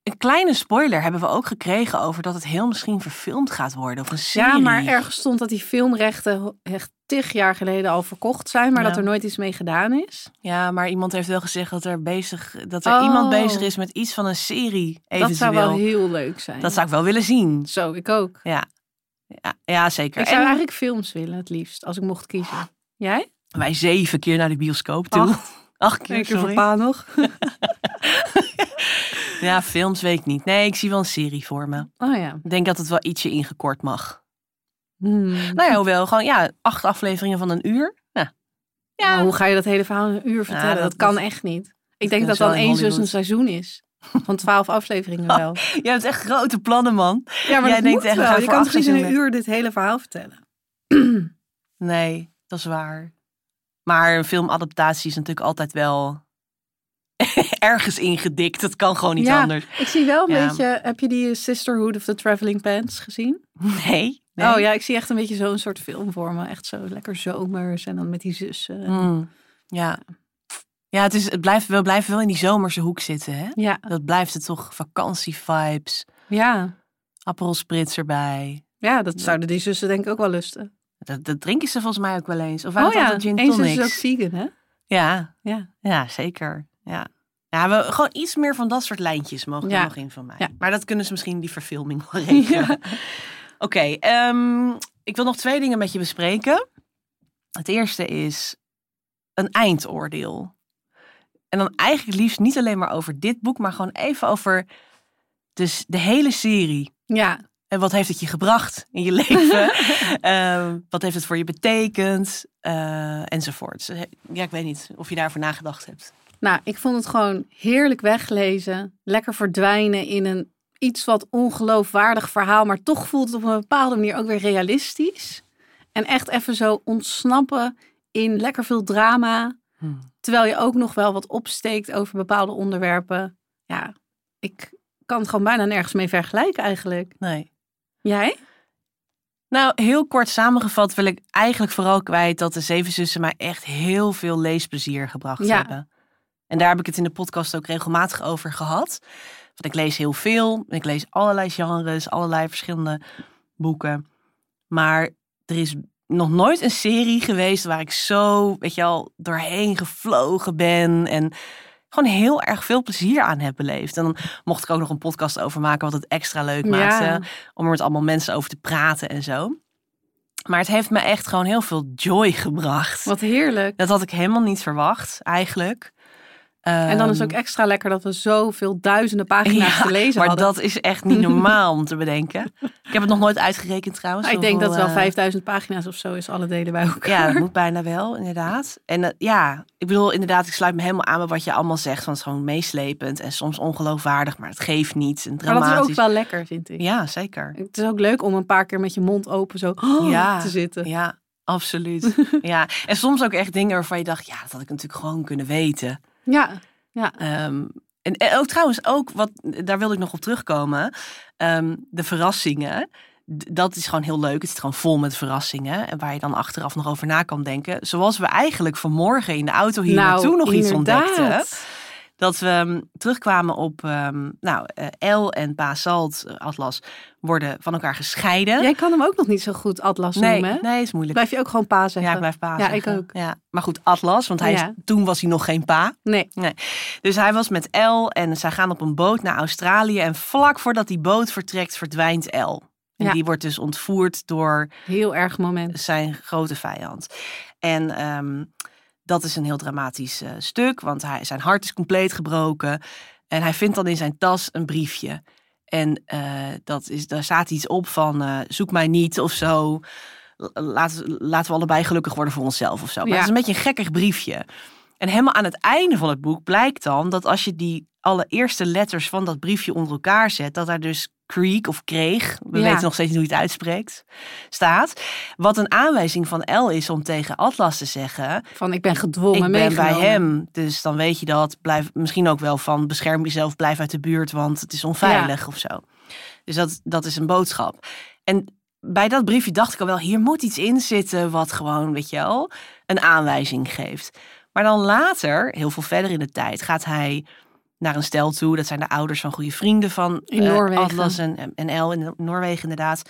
Een kleine spoiler hebben we ook gekregen over dat het heel misschien verfilmd gaat worden. Of een serie.
Ja, maar ergens stond dat die filmrechten ho- echt tig jaar geleden al verkocht zijn, maar
Ja.
dat er nooit iets mee gedaan is.
Ja, maar iemand heeft wel gezegd dat er, bezig, dat er
Oh.
iemand bezig is met iets van een serie. Eventueel.
Dat zou wel heel leuk zijn.
Dat zou ik wel willen zien.
Zo, ik ook.
Ja, ja, ja zeker.
Ik zou
En
eigenlijk films willen, het liefst, als ik mocht kiezen. Jij?
wij zeven keer naar de bioscoop toe.
Acht.
Acht keer, sorry.
nog.
Ja, films weet ik niet. Nee, ik zie wel een serie voor me.
Oh ja.
Ik denk dat het wel ietsje ingekort mag.
Hmm.
Nou ja, hoewel, gewoon ja, acht afleveringen van een uur. Ja, ja.
Maar Oh, hoe ga je dat hele verhaal in een uur vertellen?
dat-
dat, kan echt niet. Ik denk
kunnen
dat
ze wel
dan
in
één zus een
Hollywood.
seizoen is. Van twaalf afleveringen wel.
jij hebt echt grote plannen, man.
Ja,
Jij denkt echt, we gaan
Je
voor
kan
acht
toch niet in een
seizoenen.
uur dit hele verhaal vertellen?
Nee, dat is waar. Maar een filmadaptatie is natuurlijk altijd wel ergens ingedikt. Dat kan gewoon niet
Ja.
anders.
Ik zie wel een
Ja.
beetje... Heb je die Sisterhood of the Traveling Pants gezien?
Nee. nee.
Oh ja, ik zie echt een beetje zo'n soort film voor me. Echt zo lekker zomers en dan met die zussen.
Mm, ja. Ja, het, is, het blijft, we blijven wel in die zomerse hoek zitten, hè?
Ja,
Dat blijft het toch vakantievibes,
ja.
Aperol spritz erbij.
ja, dat zouden die zussen denk ik ook wel lusten.
Dat, dat drinken ze volgens mij ook wel eens. Of waren
oh
het
ja,
altijd gin
Eén zus
tonics?
is ook vegan, hè?
Ja,
Ja.
Ja, zeker. Ja. Ja, we, gewoon iets meer van dat soort lijntjes mogen er
Ja.
nog in van mij.
Ja.
Maar dat kunnen ze misschien in die verfilming wel regelen.
Ja.
Oké, ehm, ik wil nog twee dingen met je bespreken. Het eerste is een eindoordeel. En dan eigenlijk liefst niet alleen maar over dit boek, maar gewoon even over dus de hele serie.
Ja,
En wat heeft het je gebracht in je leven? Ehm, wat heeft het voor je betekend? Eh, enzovoort. Ja, ik weet niet of je daarvoor nagedacht hebt.
nou, ik vond het gewoon heerlijk weglezen. Lekker verdwijnen in een iets wat ongeloofwaardig verhaal, maar toch voelt het op een bepaalde manier ook weer realistisch. En echt even zo ontsnappen in lekker veel drama,
Hmm.
terwijl je ook nog wel wat opsteekt over bepaalde onderwerpen. Ja, ik kan het gewoon bijna nergens mee vergelijken eigenlijk.
Nee.
Jij?
Nou, heel kort samengevat wil ik eigenlijk vooral kwijt dat de Zeven Zussen mij echt heel veel leesplezier gebracht
Ja.
hebben. En daar heb ik het in de podcast ook regelmatig over gehad. Want ik lees heel veel. Ik lees allerlei genres, allerlei verschillende boeken. Maar er is nog nooit een serie geweest waar ik zo, weet je al, doorheen gevlogen ben. En gewoon heel erg veel plezier aan heb beleefd. En dan mocht ik ook nog een podcast over maken, wat het extra leuk maakte
Ja.
om er met allemaal mensen over te praten en zo. Maar het heeft me echt gewoon heel veel joy gebracht.
Wat heerlijk.
Dat had ik helemaal niet verwacht, eigenlijk.
En dan is
Ehm,
het ook extra lekker dat we zoveel duizenden pagina's
Ja,
te lezen
Maar
hadden.
dat is echt niet normaal om te bedenken. Ik heb het nog nooit uitgerekend trouwens.
Ah, ik denk dat het
hoeveel,
wel
eh,
5000 pagina's of zo is, alle delen bij elkaar.
Ja, dat moet bijna wel, inderdaad. En eh, ja, ik bedoel, inderdaad, ik sluit me helemaal aan bij wat je allemaal zegt. Want het is gewoon meeslepend en soms ongeloofwaardig, maar het geeft niet. En
maar dat
dramatisch.
is ook wel lekker, vind ik.
Ja, zeker.
Het is ook leuk om een paar keer met je mond open zo oh,
Ja.
te zitten.
Ja, absoluut. ja. En soms ook echt dingen waarvan je dacht, ja, dat had ik natuurlijk gewoon kunnen weten.
Ja,
Ehm, en, en ook trouwens, ook wat, daar wilde ik nog op terugkomen. Ehm, de verrassingen. D- Dat is gewoon heel leuk. Het zit gewoon vol met verrassingen. En waar je dan achteraf nog over na kan denken. Zoals we eigenlijk vanmorgen in de auto
Nou,
hier naartoe nog iets ontdekten dat we ehm, terugkwamen op, ehm, nou, eh, El en Pa Salt, eh, Atlas, worden van elkaar gescheiden.
Jij kan hem ook nog niet zo goed Atlas
nee,
noemen, hè?
nee, is moeilijk.
Blijf je ook gewoon pa zeggen?
Ja, ik blijf pa
Ja,
zeggen.
ik ook.
Ja. Maar goed, Atlas, want hij is-
Ja.
toen was hij nog geen pa.
Nee.
Dus hij was met El en zij gaan op een boot naar Australië. En vlak voordat die boot vertrekt, verdwijnt El. En
Ja.
die wordt dus ontvoerd door
Heel erg moment.
zijn grote vijand. En ehm, dat is een heel dramatisch eh, stuk, want hij, zijn hart is compleet gebroken. En hij vindt dan in zijn tas een briefje. En eh, dat is, daar staat iets op van eh, zoek mij niet of zo. L- Laat, laten we allebei gelukkig worden voor onszelf of zo. Maar
Ja.
het is een beetje een gekkig briefje. En helemaal aan het einde van het boek blijkt dan dat als je die allereerste letters van dat briefje onder elkaar zet, dat daar dus creek of kreeg, we
Ja.
weten nog steeds niet hoe je het uitspreekt, staat. Wat een aanwijzing van L is om tegen Atlas te zeggen,
Van ik ben gedwongen
ik ben bij
meegenomen.
hem. Dus dan weet je dat, blijf misschien ook wel van bescherm jezelf, blijf uit de buurt, want het is onveilig of zo. Dus dat, dat is een boodschap. En bij dat briefje dacht ik al wel, hier moet iets in zitten wat gewoon, weet je wel, een aanwijzing geeft. Maar dan later, heel veel verder in de tijd, gaat hij naar een stel toe. Dat zijn de ouders van goede vrienden van
In
eh,
Noorwegen.
Atlas en, en El in Noorwegen inderdaad.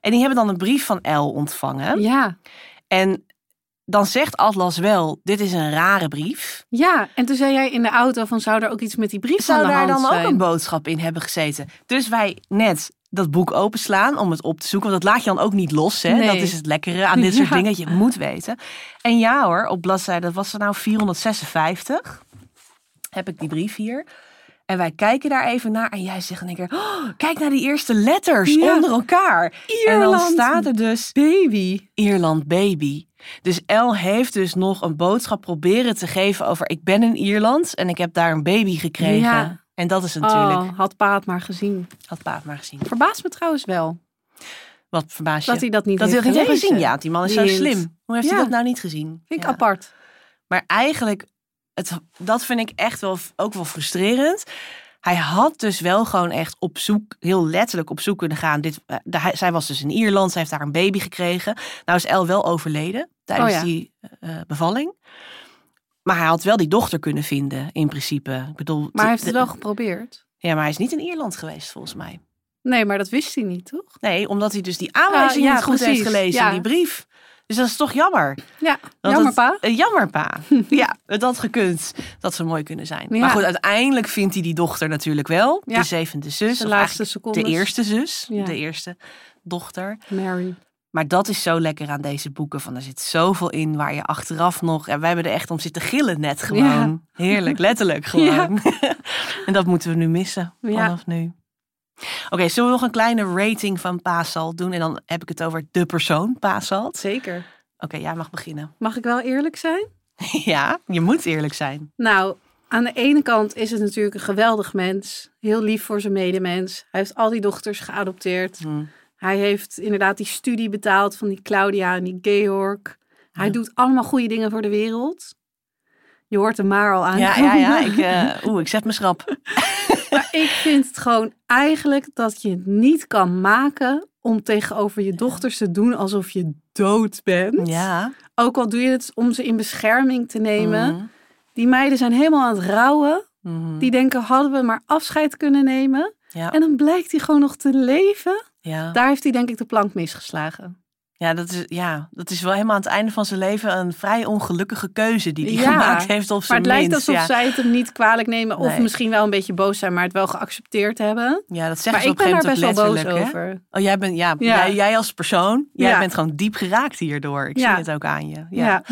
En die hebben dan een brief van El ontvangen.
Ja.
En dan zegt Atlas wel, dit is een rare brief.
ja, en toen zei jij in de auto van zou er ook iets met die brief aan
Zou
de
daar
hand
dan
zijn?
ook een boodschap in hebben gezeten? Dus wij net dat boek openslaan om het op te zoeken. Want dat laat je dan ook niet los. Hè?
Nee.
Dat is het lekkere aan dit soort
Ja.
dingen. Dat je moet weten. En ja hoor, op bladzijde, dat was er nou 456. Heb ik die brief hier. En wij kijken daar even naar. En jij zegt in één keer, "Oh, kijk naar die eerste letters
Ja.
onder elkaar. En dan
Ierland.
staat er dus
baby.
Ierland baby. Dus El heeft dus nog een boodschap proberen te geven over ik ben in Ierland en ik heb daar een baby gekregen.
Ja.
En dat is natuurlijk,
Oh, had pa het maar gezien.
had Paap maar gezien.
Verbaast me trouwens wel
Wat verbaas je.
dat hij dat niet
dat
heeft
hij dat heeft
gelezen.
gezien, ja. Die man is zo
Die-
slim. Hoe heeft hij
Ja.
dat nou niet gezien?
Vind ik
Ja.
apart.
Maar eigenlijk, het, dat vind ik echt wel, ook wel frustrerend. Hij had dus wel gewoon echt op zoek, heel letterlijk op zoek kunnen gaan. Dit, eh, de- hij- zij was dus in Ierland, zij heeft daar een baby gekregen. Nou is El wel overleden tijdens
Oh ja.
die eh, bevalling. Maar hij had wel die dochter kunnen vinden, in principe. Ik bedoel,
Maar hij
de-
heeft het wel geprobeerd.
Ja, maar hij is niet in Ierland geweest, volgens mij.
Nee, maar dat wist hij niet, toch?
Nee, omdat hij dus die aanwijzing
Ah, ja,
niet goed
precies,
heeft gelezen,
ja.
die brief. Dus dat is toch jammer.
Ja,
Want
jammer
dat-
pa.
Eh, jammer, pa. ja, het had gekund dat ze mooi kunnen zijn.
Ja.
Maar goed, uiteindelijk vindt hij die dochter natuurlijk wel.
Ja.
De zevende zus.
De
of
laatste
eigenlijk
seconde.
De eerste zus.
Ja.
De eerste dochter.
Mary.
Maar dat is zo lekker aan deze boeken. Van er zit zoveel in waar je achteraf nog... En wij hebben er echt om zitten gillen net gewoon. Heerlijk, letterlijk gewoon. en dat moeten we nu missen
Ja.
vanaf nu. Oké, zullen we nog een kleine rating van Paasalt doen? En dan heb ik het over de persoon Paasalt. Oké,
Zeker.
jij mag beginnen.
Mag ik wel eerlijk zijn?
ja, je moet eerlijk zijn.
Nou, aan de ene kant is het natuurlijk een geweldig mens. Heel lief voor zijn medemens. Hij heeft al die dochters geadopteerd.
Hmm.
Hij heeft inderdaad die studie betaald van die Claudia en die Georg. Hij
Ja.
doet allemaal goede dingen voor de wereld. Je hoort hem maar al aan.
Ja, ja, ja. Ik, eh, Oeh, ik zet me schrap.
Maar ik vind het gewoon eigenlijk dat je het niet kan maken om tegenover je dochters te doen alsof je dood bent.
Ja.
Ook al doe je het om ze in bescherming te nemen.
Mhm.
Die meiden zijn helemaal aan het rouwen.
Mhm.
Die denken, hadden we maar afscheid kunnen nemen.
Ja.
En dan blijkt hij gewoon nog te leven.
Ja.
Daar heeft hij denk ik de plank misgeslagen.
Ja, dat is, ja, dat is wel helemaal aan het einde van zijn leven een vrij ongelukkige keuze die hij
Ja,
gemaakt heeft op
Maar
zijn
het lijkt
minst.
alsof
ja.
zij het hem niet kwalijk nemen. Of
Nee.
misschien wel een beetje boos zijn, maar het wel geaccepteerd hebben.
ja, dat zeggen
Maar
ze
ik
op een
ben daar
gegeven
best wel
moment ook
boos
letterlijk. hè?
over.
Oh, jij, bent, ja,
Ja.
Jij, jij als persoon, jij
Ja.
bent gewoon diep geraakt hierdoor. Ik
Ja.
zie het ook aan je. Ja.
Ja.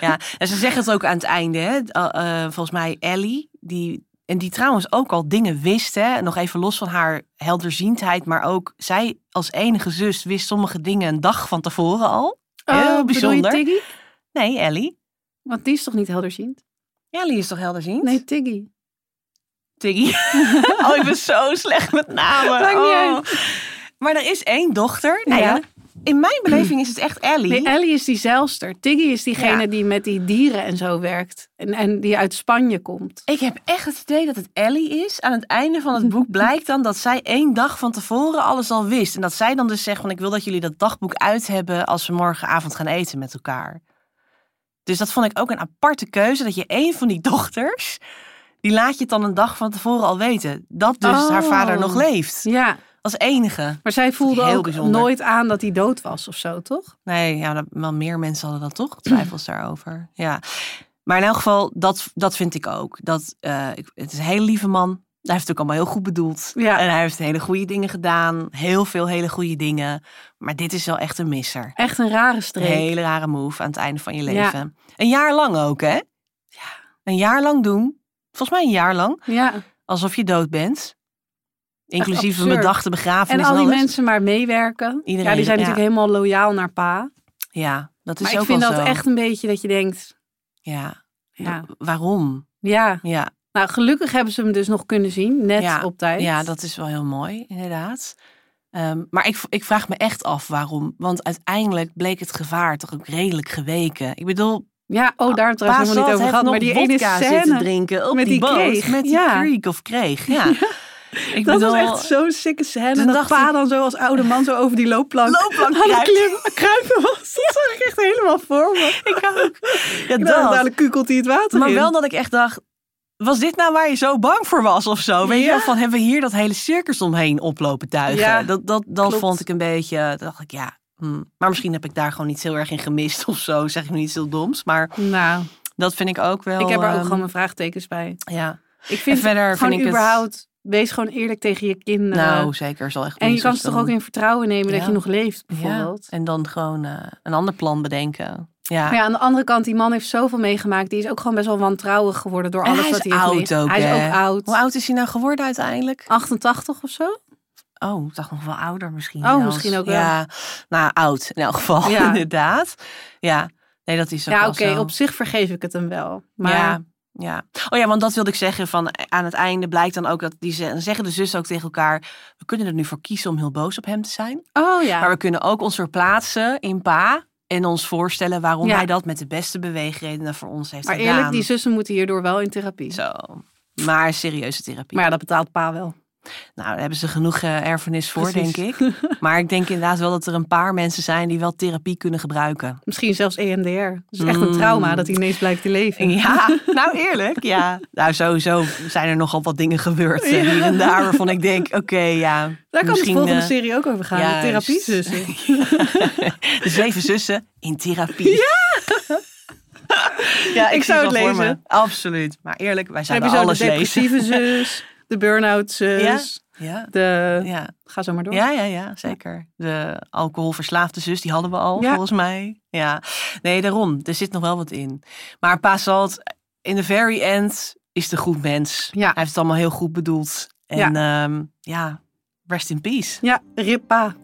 Ja, en ze zeggen het ook aan het einde. Hè? Eh, eh, volgens mij Ellie, die, en die trouwens ook al dingen wist. Hè? Nog even los van haar helderziendheid. Maar ook zij als enige zus wist sommige dingen een dag van tevoren al. Heel
Oh, bedoel je
bijzonder.
Tiggy?
Nee, Ellie.
Want die is toch niet helderziend?
Ellie is toch helderziend?
Nee, Tiggy.
Tiggy. oh, ik ben zo slecht met namen.
Maakt niet
Oh. Maar er is één dochter. Nou ja,
Ja.
in mijn beleving is het echt Ellie.
Nee, Ellie is die zelster. Tiggy is diegene
Ja.
die met die dieren en zo werkt. En, en die uit Spanje komt.
Ik heb echt het idee dat het Ellie is. Aan het einde van het boek blijkt dan dat zij één dag van tevoren alles al wist. En dat zij dan dus zegt van ik wil dat jullie dat dagboek uit hebben als we morgenavond gaan eten met elkaar. Dus dat vond ik ook een aparte keuze dat je één van die dochters, die laat je het dan een dag van tevoren al weten. Dat dus
Oh.
haar vader nog leeft.
Ja,
Als enige.
maar zij voelde
Heel
ook
bijzonder.
nooit aan dat hij dood was of zo, toch?
Nee, ja, dat- wel meer mensen hadden dan toch twijfels daarover. Ja. Maar in elk geval, dat, dat vind ik ook. Dat, eh, ik- het is een hele lieve man. Hij heeft het ook allemaal heel goed bedoeld.
Ja.
En hij heeft hele goede dingen gedaan. Heel veel hele goede dingen. Maar dit is wel echt een misser.
Echt een rare
Een
streek.
hele rare move aan het einde van je
Ja.
leven. Een jaar lang ook, hè? Ja. Een jaar lang doen. Volgens mij een jaar lang.
Ja.
Alsof je dood bent. Inclusief een
absurd.
bedachte begrafenis.
En al die
alles.
mensen maar meewerken.
Iedereen,
ja, die zijn
ja.
natuurlijk helemaal loyaal naar pa.
Ja, dat is
Maar
ook
ik vind
wel
dat
zo.
echt een beetje dat je denkt,
Ja.
ja.
Waarom?
ja.
Ja.
Nou, gelukkig hebben ze hem dus nog kunnen zien, net
Ja,
op tijd.
Ja, dat is wel heel mooi, inderdaad. Ehm, maar ik, v- ik vraag me echt af waarom. Want uiteindelijk bleek het gevaar toch ook redelijk geweken. Ik bedoel,
ja oh, daar hebben we het trouwens helemaal niet over gehad. Maar die ene
zitten
scène,
drinken op
met
die,
die
boot.
kreeg.
Met die
Ja.
creek of kreeg, ja. Ik
dat
bedoel,
was echt zo'n sikke scène.
Toen
dat
dacht
pa
ik-
dan zo als oude man zo over die loopplank,
Loopplank
aan het
kruipt.
klim- kruipen was. Dat zag ik echt helemaal voor me.
Ik ook. Ja,
En dan
dat.
dadelijk kukelt hij het water
Maar
in.
wel dat ik echt dacht... Was dit nou waar je zo bang voor was of zo? Weet je
Ja.
wel, van hebben we hier dat hele circus omheen oplopen tuigen?
Ja,
dat dat, dat
klopt.
vond ik een beetje... dat dacht ik, ja... hm. Maar misschien heb ik daar gewoon niet heel erg in gemist of zo. Zeg ik nu iets heel doms. Maar
Nou,
dat vind ik ook wel...
ik heb er ook
ehm,
gewoon mijn vraagtekens bij.
Ja, en
Ik vind
verder
gewoon
vind ik
überhaupt, wees gewoon eerlijk tegen je
het...
kinderen.
Nou, zeker. Zal echt
en je
minstens
kan ze toch
dan-
ook in vertrouwen nemen
Ja.
dat je nog leeft,
Ja,
bijvoorbeeld.
en dan gewoon eh, een ander plan bedenken. Ja.
Maar ja, aan de andere kant, die man heeft zoveel meegemaakt. Die is ook gewoon best wel wantrouwig geworden door
En
alles
hij
wat
is
hij heeft
oud
meegemaakt.
ook,
Hij is
hè?
ook oud.
Hoe oud is hij nou geworden uiteindelijk?
88 of zo?
Oh, ik dacht nog wel ouder misschien.
Oh,
zelfs.
misschien ook wel.
Ja, nou, oud in elk geval,
Ja.
inderdaad. Ja, nee, dat is ook
ja,
wel
oké.
zo.
op zich vergeef ik het hem wel. Maar
Ja, ja. Oh ja, want dat wilde ik zeggen. Van aan het einde blijkt dan ook dat die ze- zeggen de zussen ook tegen elkaar: we kunnen er nu voor kiezen om heel boos op hem te zijn,
oh ja.
maar we kunnen ook ons verplaatsen in pa en ons voorstellen waarom
Ja.
hij dat met de beste beweegredenen voor ons heeft
maar
gedaan.
eerlijk, die zussen moeten hierdoor wel in therapie.
zo. Maar serieuze therapie.
Maar ja, dat betaalt pa wel.
Nou, daar hebben ze genoeg eh, erfenis voor,
Precies.
denk ik. Maar ik denk inderdaad wel dat er een paar mensen zijn die wel therapie kunnen gebruiken.
Misschien zelfs E EMDR. Dat is echt een
Mm.
trauma dat hij ineens blijkt te leven.
Ja, nou eerlijk, ja. Nou, sowieso zijn er nogal wat dingen gebeurd eh,
Ja.
hier en daar waarvan ik denk, oké, ja.
Daar kan
misschien,
de volgende
eh,
serie ook over gaan.
juist.
Therapie zussen.
de zeven zussen in therapie. Ja! ja, ik,
Ik
zie
zou
wel
het
voor me.
lezen.
Absoluut. Maar eerlijk, wij
Dan
zouden
heb je zo
alles
de
lezen.
depressieve zus, de burn-out zus,
Ja,
de...
ja,
Ga zo maar door.
ja, ja, ja, zeker. De alcoholverslaafde zus, die hadden we al,
Ja.
volgens mij. Ja, nee, daarom. Er zit nog wel wat in. Maar Pa Salt, in the very end, is de goed mens.
Ja.
Hij heeft het allemaal heel goed bedoeld. En ja, ja rest in peace.
Ja, Rippa.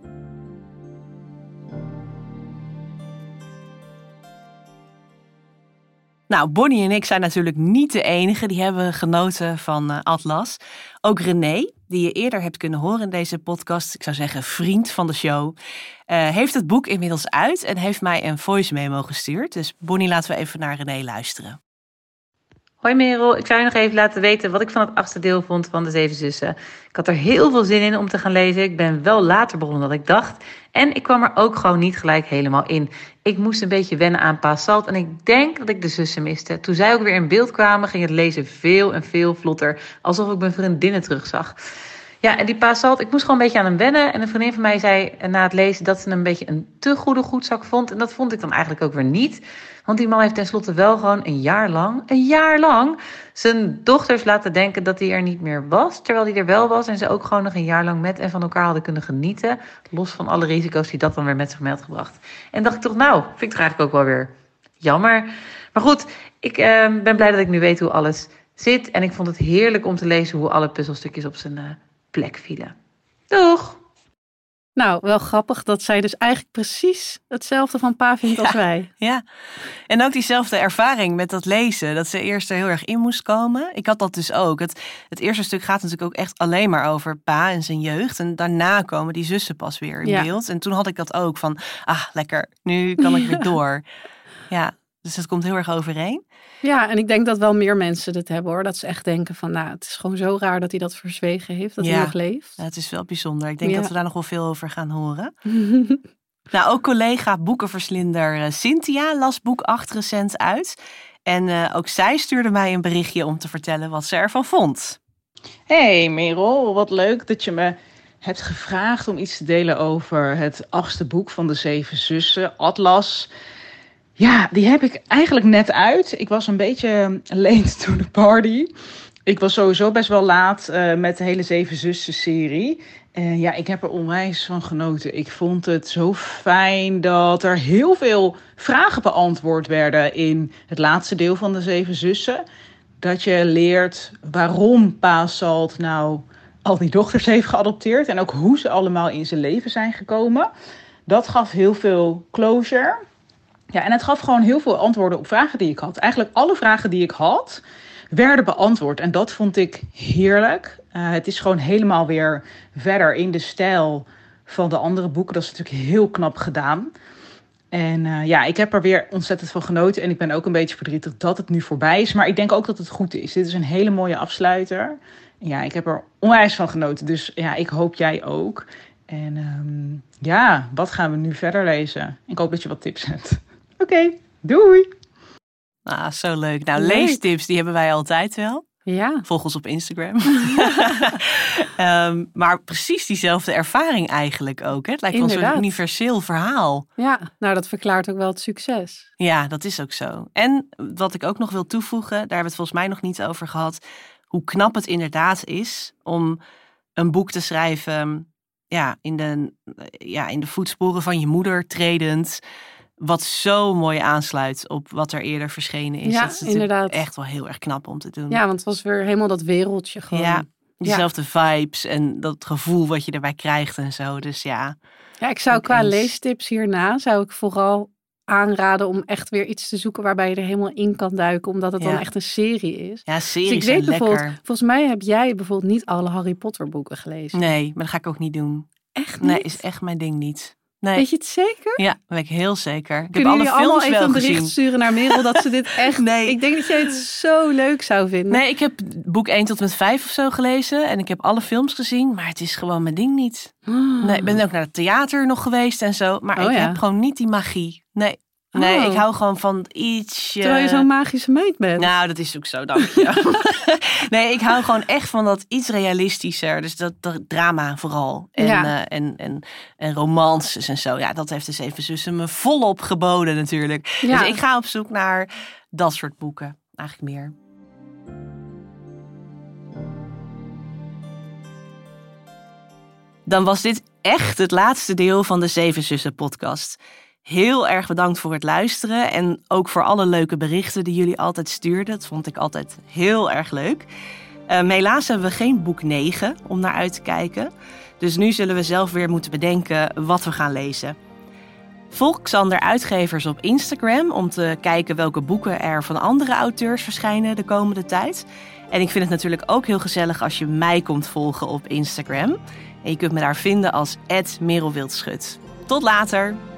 Nou, Bonnie en ik zijn natuurlijk niet de enige. Die hebben genoten van eh, Atlas. Ook René, die je eerder hebt kunnen horen in deze podcast. Ik zou zeggen, vriend van de show. eh, heeft het boek inmiddels uit en heeft mij een voice memo gestuurd. Dus Bonnie, laten we even naar René luisteren.
Hoi Merel, ik zou je nog even laten weten wat ik van het achtste deel vond van De Zeven Zussen. Ik had er heel veel zin in om te gaan lezen. Ik ben wel later begonnen dan ik dacht. En ik kwam er ook gewoon niet gelijk helemaal in. Ik moest een beetje wennen aan Passant en ik denk dat ik de zussen miste. Toen zij ook weer in beeld kwamen, ging het lezen veel en veel vlotter. Alsof ik mijn vriendinnen terugzag. Ja, en die paasalt, ik moest gewoon een beetje aan hem wennen. En een vriendin van mij zei eh, na het lezen dat ze hem een beetje een te goede goedzak vond. En dat vond ik dan eigenlijk ook weer niet. Want die man heeft tenslotte wel gewoon een jaar lang, een jaar lang, zijn dochters laten denken dat hij er niet meer was. Terwijl hij er wel was en ze ook gewoon nog een jaar lang met en van elkaar hadden kunnen genieten. Los van alle risico's die dat dan weer met zich mee had gebracht. En dacht ik toch, nou, vind ik toch eigenlijk ook wel weer jammer. Maar goed, ik eh, ben blij dat ik nu weet hoe alles zit. En ik vond het heerlijk om te lezen hoe alle puzzelstukjes op zijn eh, plek vielen. Doeg!
Nou, wel grappig dat zij dus eigenlijk precies hetzelfde van pa vindt als wij.
Ja, en ook diezelfde ervaring met dat lezen. Dat ze eerst er heel erg in moest komen. Ik had dat dus ook. Het, het eerste stuk gaat natuurlijk ook echt alleen maar over pa en zijn jeugd. En daarna komen die zussen pas weer in
Ja.
beeld. En toen had ik dat ook van, ah lekker, nu kan ik weer door. Ja, dus het komt heel erg overeen.
Ja, en ik denk dat wel meer mensen dat hebben hoor. Dat ze echt denken van, nou, het is gewoon zo raar dat hij dat verzwegen heeft, dat
Ja.
hij nog leeft.
Ja, het is wel bijzonder. Ik denk
Ja.
dat we daar nog wel veel over gaan horen. Nou, ook collega boekenverslinder eh, Cynthia las boek 8 recent uit. En eh, ook zij stuurde mij een berichtje om te vertellen wat ze ervan vond.
Hey Merel, wat leuk dat je me hebt gevraagd om iets te delen over het achtste boek van de Zeven Zussen, Atlas. Ja, die heb ik eigenlijk net uit. Ik was een beetje late to the party. Ik was sowieso best wel laat eh, met de hele Zeven Zussen serie. En ja, ik heb er onwijs van genoten. Ik vond het zo fijn dat er heel veel vragen beantwoord werden in het laatste deel van de Zeven Zussen dat je leert waarom Pa Salt nou al die dochters heeft geadopteerd en ook hoe ze allemaal in zijn leven zijn gekomen. Dat gaf heel veel closure. Ja, en het gaf gewoon heel veel antwoorden op vragen die ik had. Eigenlijk alle vragen die ik had werden beantwoord en dat vond ik heerlijk. Eh, het is gewoon helemaal weer verder in de stijl van de andere boeken. Dat is natuurlijk heel knap gedaan. En eh, ja, ik heb er weer ontzettend van genoten. En ik ben ook een beetje verdrietig dat het nu voorbij is. Maar ik denk ook dat het goed is. Dit is een hele mooie afsluiter. En ja, ik heb er onwijs van genoten. Dus ja, ik hoop jij ook. En ehm, ja, wat gaan we nu verder lezen? Ik hoop dat je wat tips hebt. Oké, doei!
Ah, zo leuk. Nou,
Leuk.
leestips, die hebben wij altijd wel.
Ja,
Volg ons op Instagram. Ehm, maar precies diezelfde ervaring eigenlijk ook. Hè? Het lijkt wel zo'n
Inderdaad.
universeel verhaal.
ja, nou dat verklaart ook wel het succes.
Ja, dat is ook zo. En wat ik ook nog wil toevoegen, daar hebben we het volgens mij nog niet over gehad, hoe knap het inderdaad is om een boek te schrijven ja, in, de, ja, in de voetsporen van je moeder tredend, wat zo mooi aansluit op wat er eerder verschenen is.
Ja,
dat is natuurlijk
inderdaad.
echt wel heel erg knap om te doen.
Ja, want het was weer helemaal dat wereldje gewoon.
Mm. Ja,
Ja,
Diezelfde vibes en dat gevoel wat je erbij krijgt en zo. Dus ja,
ik zou
Ook
qua
eens.
leestips hierna, zou ik vooral aanraden om echt weer iets te zoeken waarbij je er helemaal in kan duiken, omdat het
Ja.
dan echt een serie is.
ja
Dus
series
ik weet
zijn
bijvoorbeeld,
lekker.
volgens mij heb jij bijvoorbeeld niet alle Harry Potter boeken gelezen.
Nee, maar dat ga ik ook niet doen.
Echt
Nee,
niet?
is echt mijn ding niet. Nee,
Weet je het zeker?
ja, dat weet ik heel zeker. Ik heb
Kunnen
alle
jullie
films
allemaal even
wel
een bericht
gezien.
sturen naar Merel dat ze dit echt...
Nee.
Ik denk dat jij het zo leuk zou vinden.
Nee, ik heb boek 1 tot en met 5 of zo gelezen en ik heb alle films gezien, maar het is gewoon mijn ding niet. Nee, ik ben ook naar het theater nog geweest en zo, maar
Ah. Oh,
ik
ja.
heb gewoon niet die magie. Nee, nee,
Oh.
ik hou gewoon van ietsje...
Terwijl je zo'n magische meid bent.
Nou, dat is ook zo, dank je. nee, ik hou gewoon echt van dat iets realistischer. Dus dat, dat drama vooral. En,
Ja.
eh, en, en, en romances en zo. Ja, dat heeft de Zeven Zussen me volop geboden natuurlijk.
Ja.
Dus ik ga op zoek naar dat soort boeken. Eigenlijk meer. Dan was dit echt het laatste deel van de Zeven Zussen podcast. Heel erg bedankt voor het luisteren en ook voor alle leuke berichten die jullie altijd stuurden. Dat vond ik altijd heel erg leuk. Ehm, helaas hebben we geen boek 9 om naar uit te kijken. Dus nu zullen we zelf weer moeten bedenken wat we gaan lezen. Volg Xander Uitgevers op Instagram om te kijken welke boeken er van andere auteurs verschijnen de komende tijd. En ik vind het natuurlijk ook heel gezellig als je mij komt volgen op Instagram. En je kunt me daar vinden als @merelwildschut. Tot later!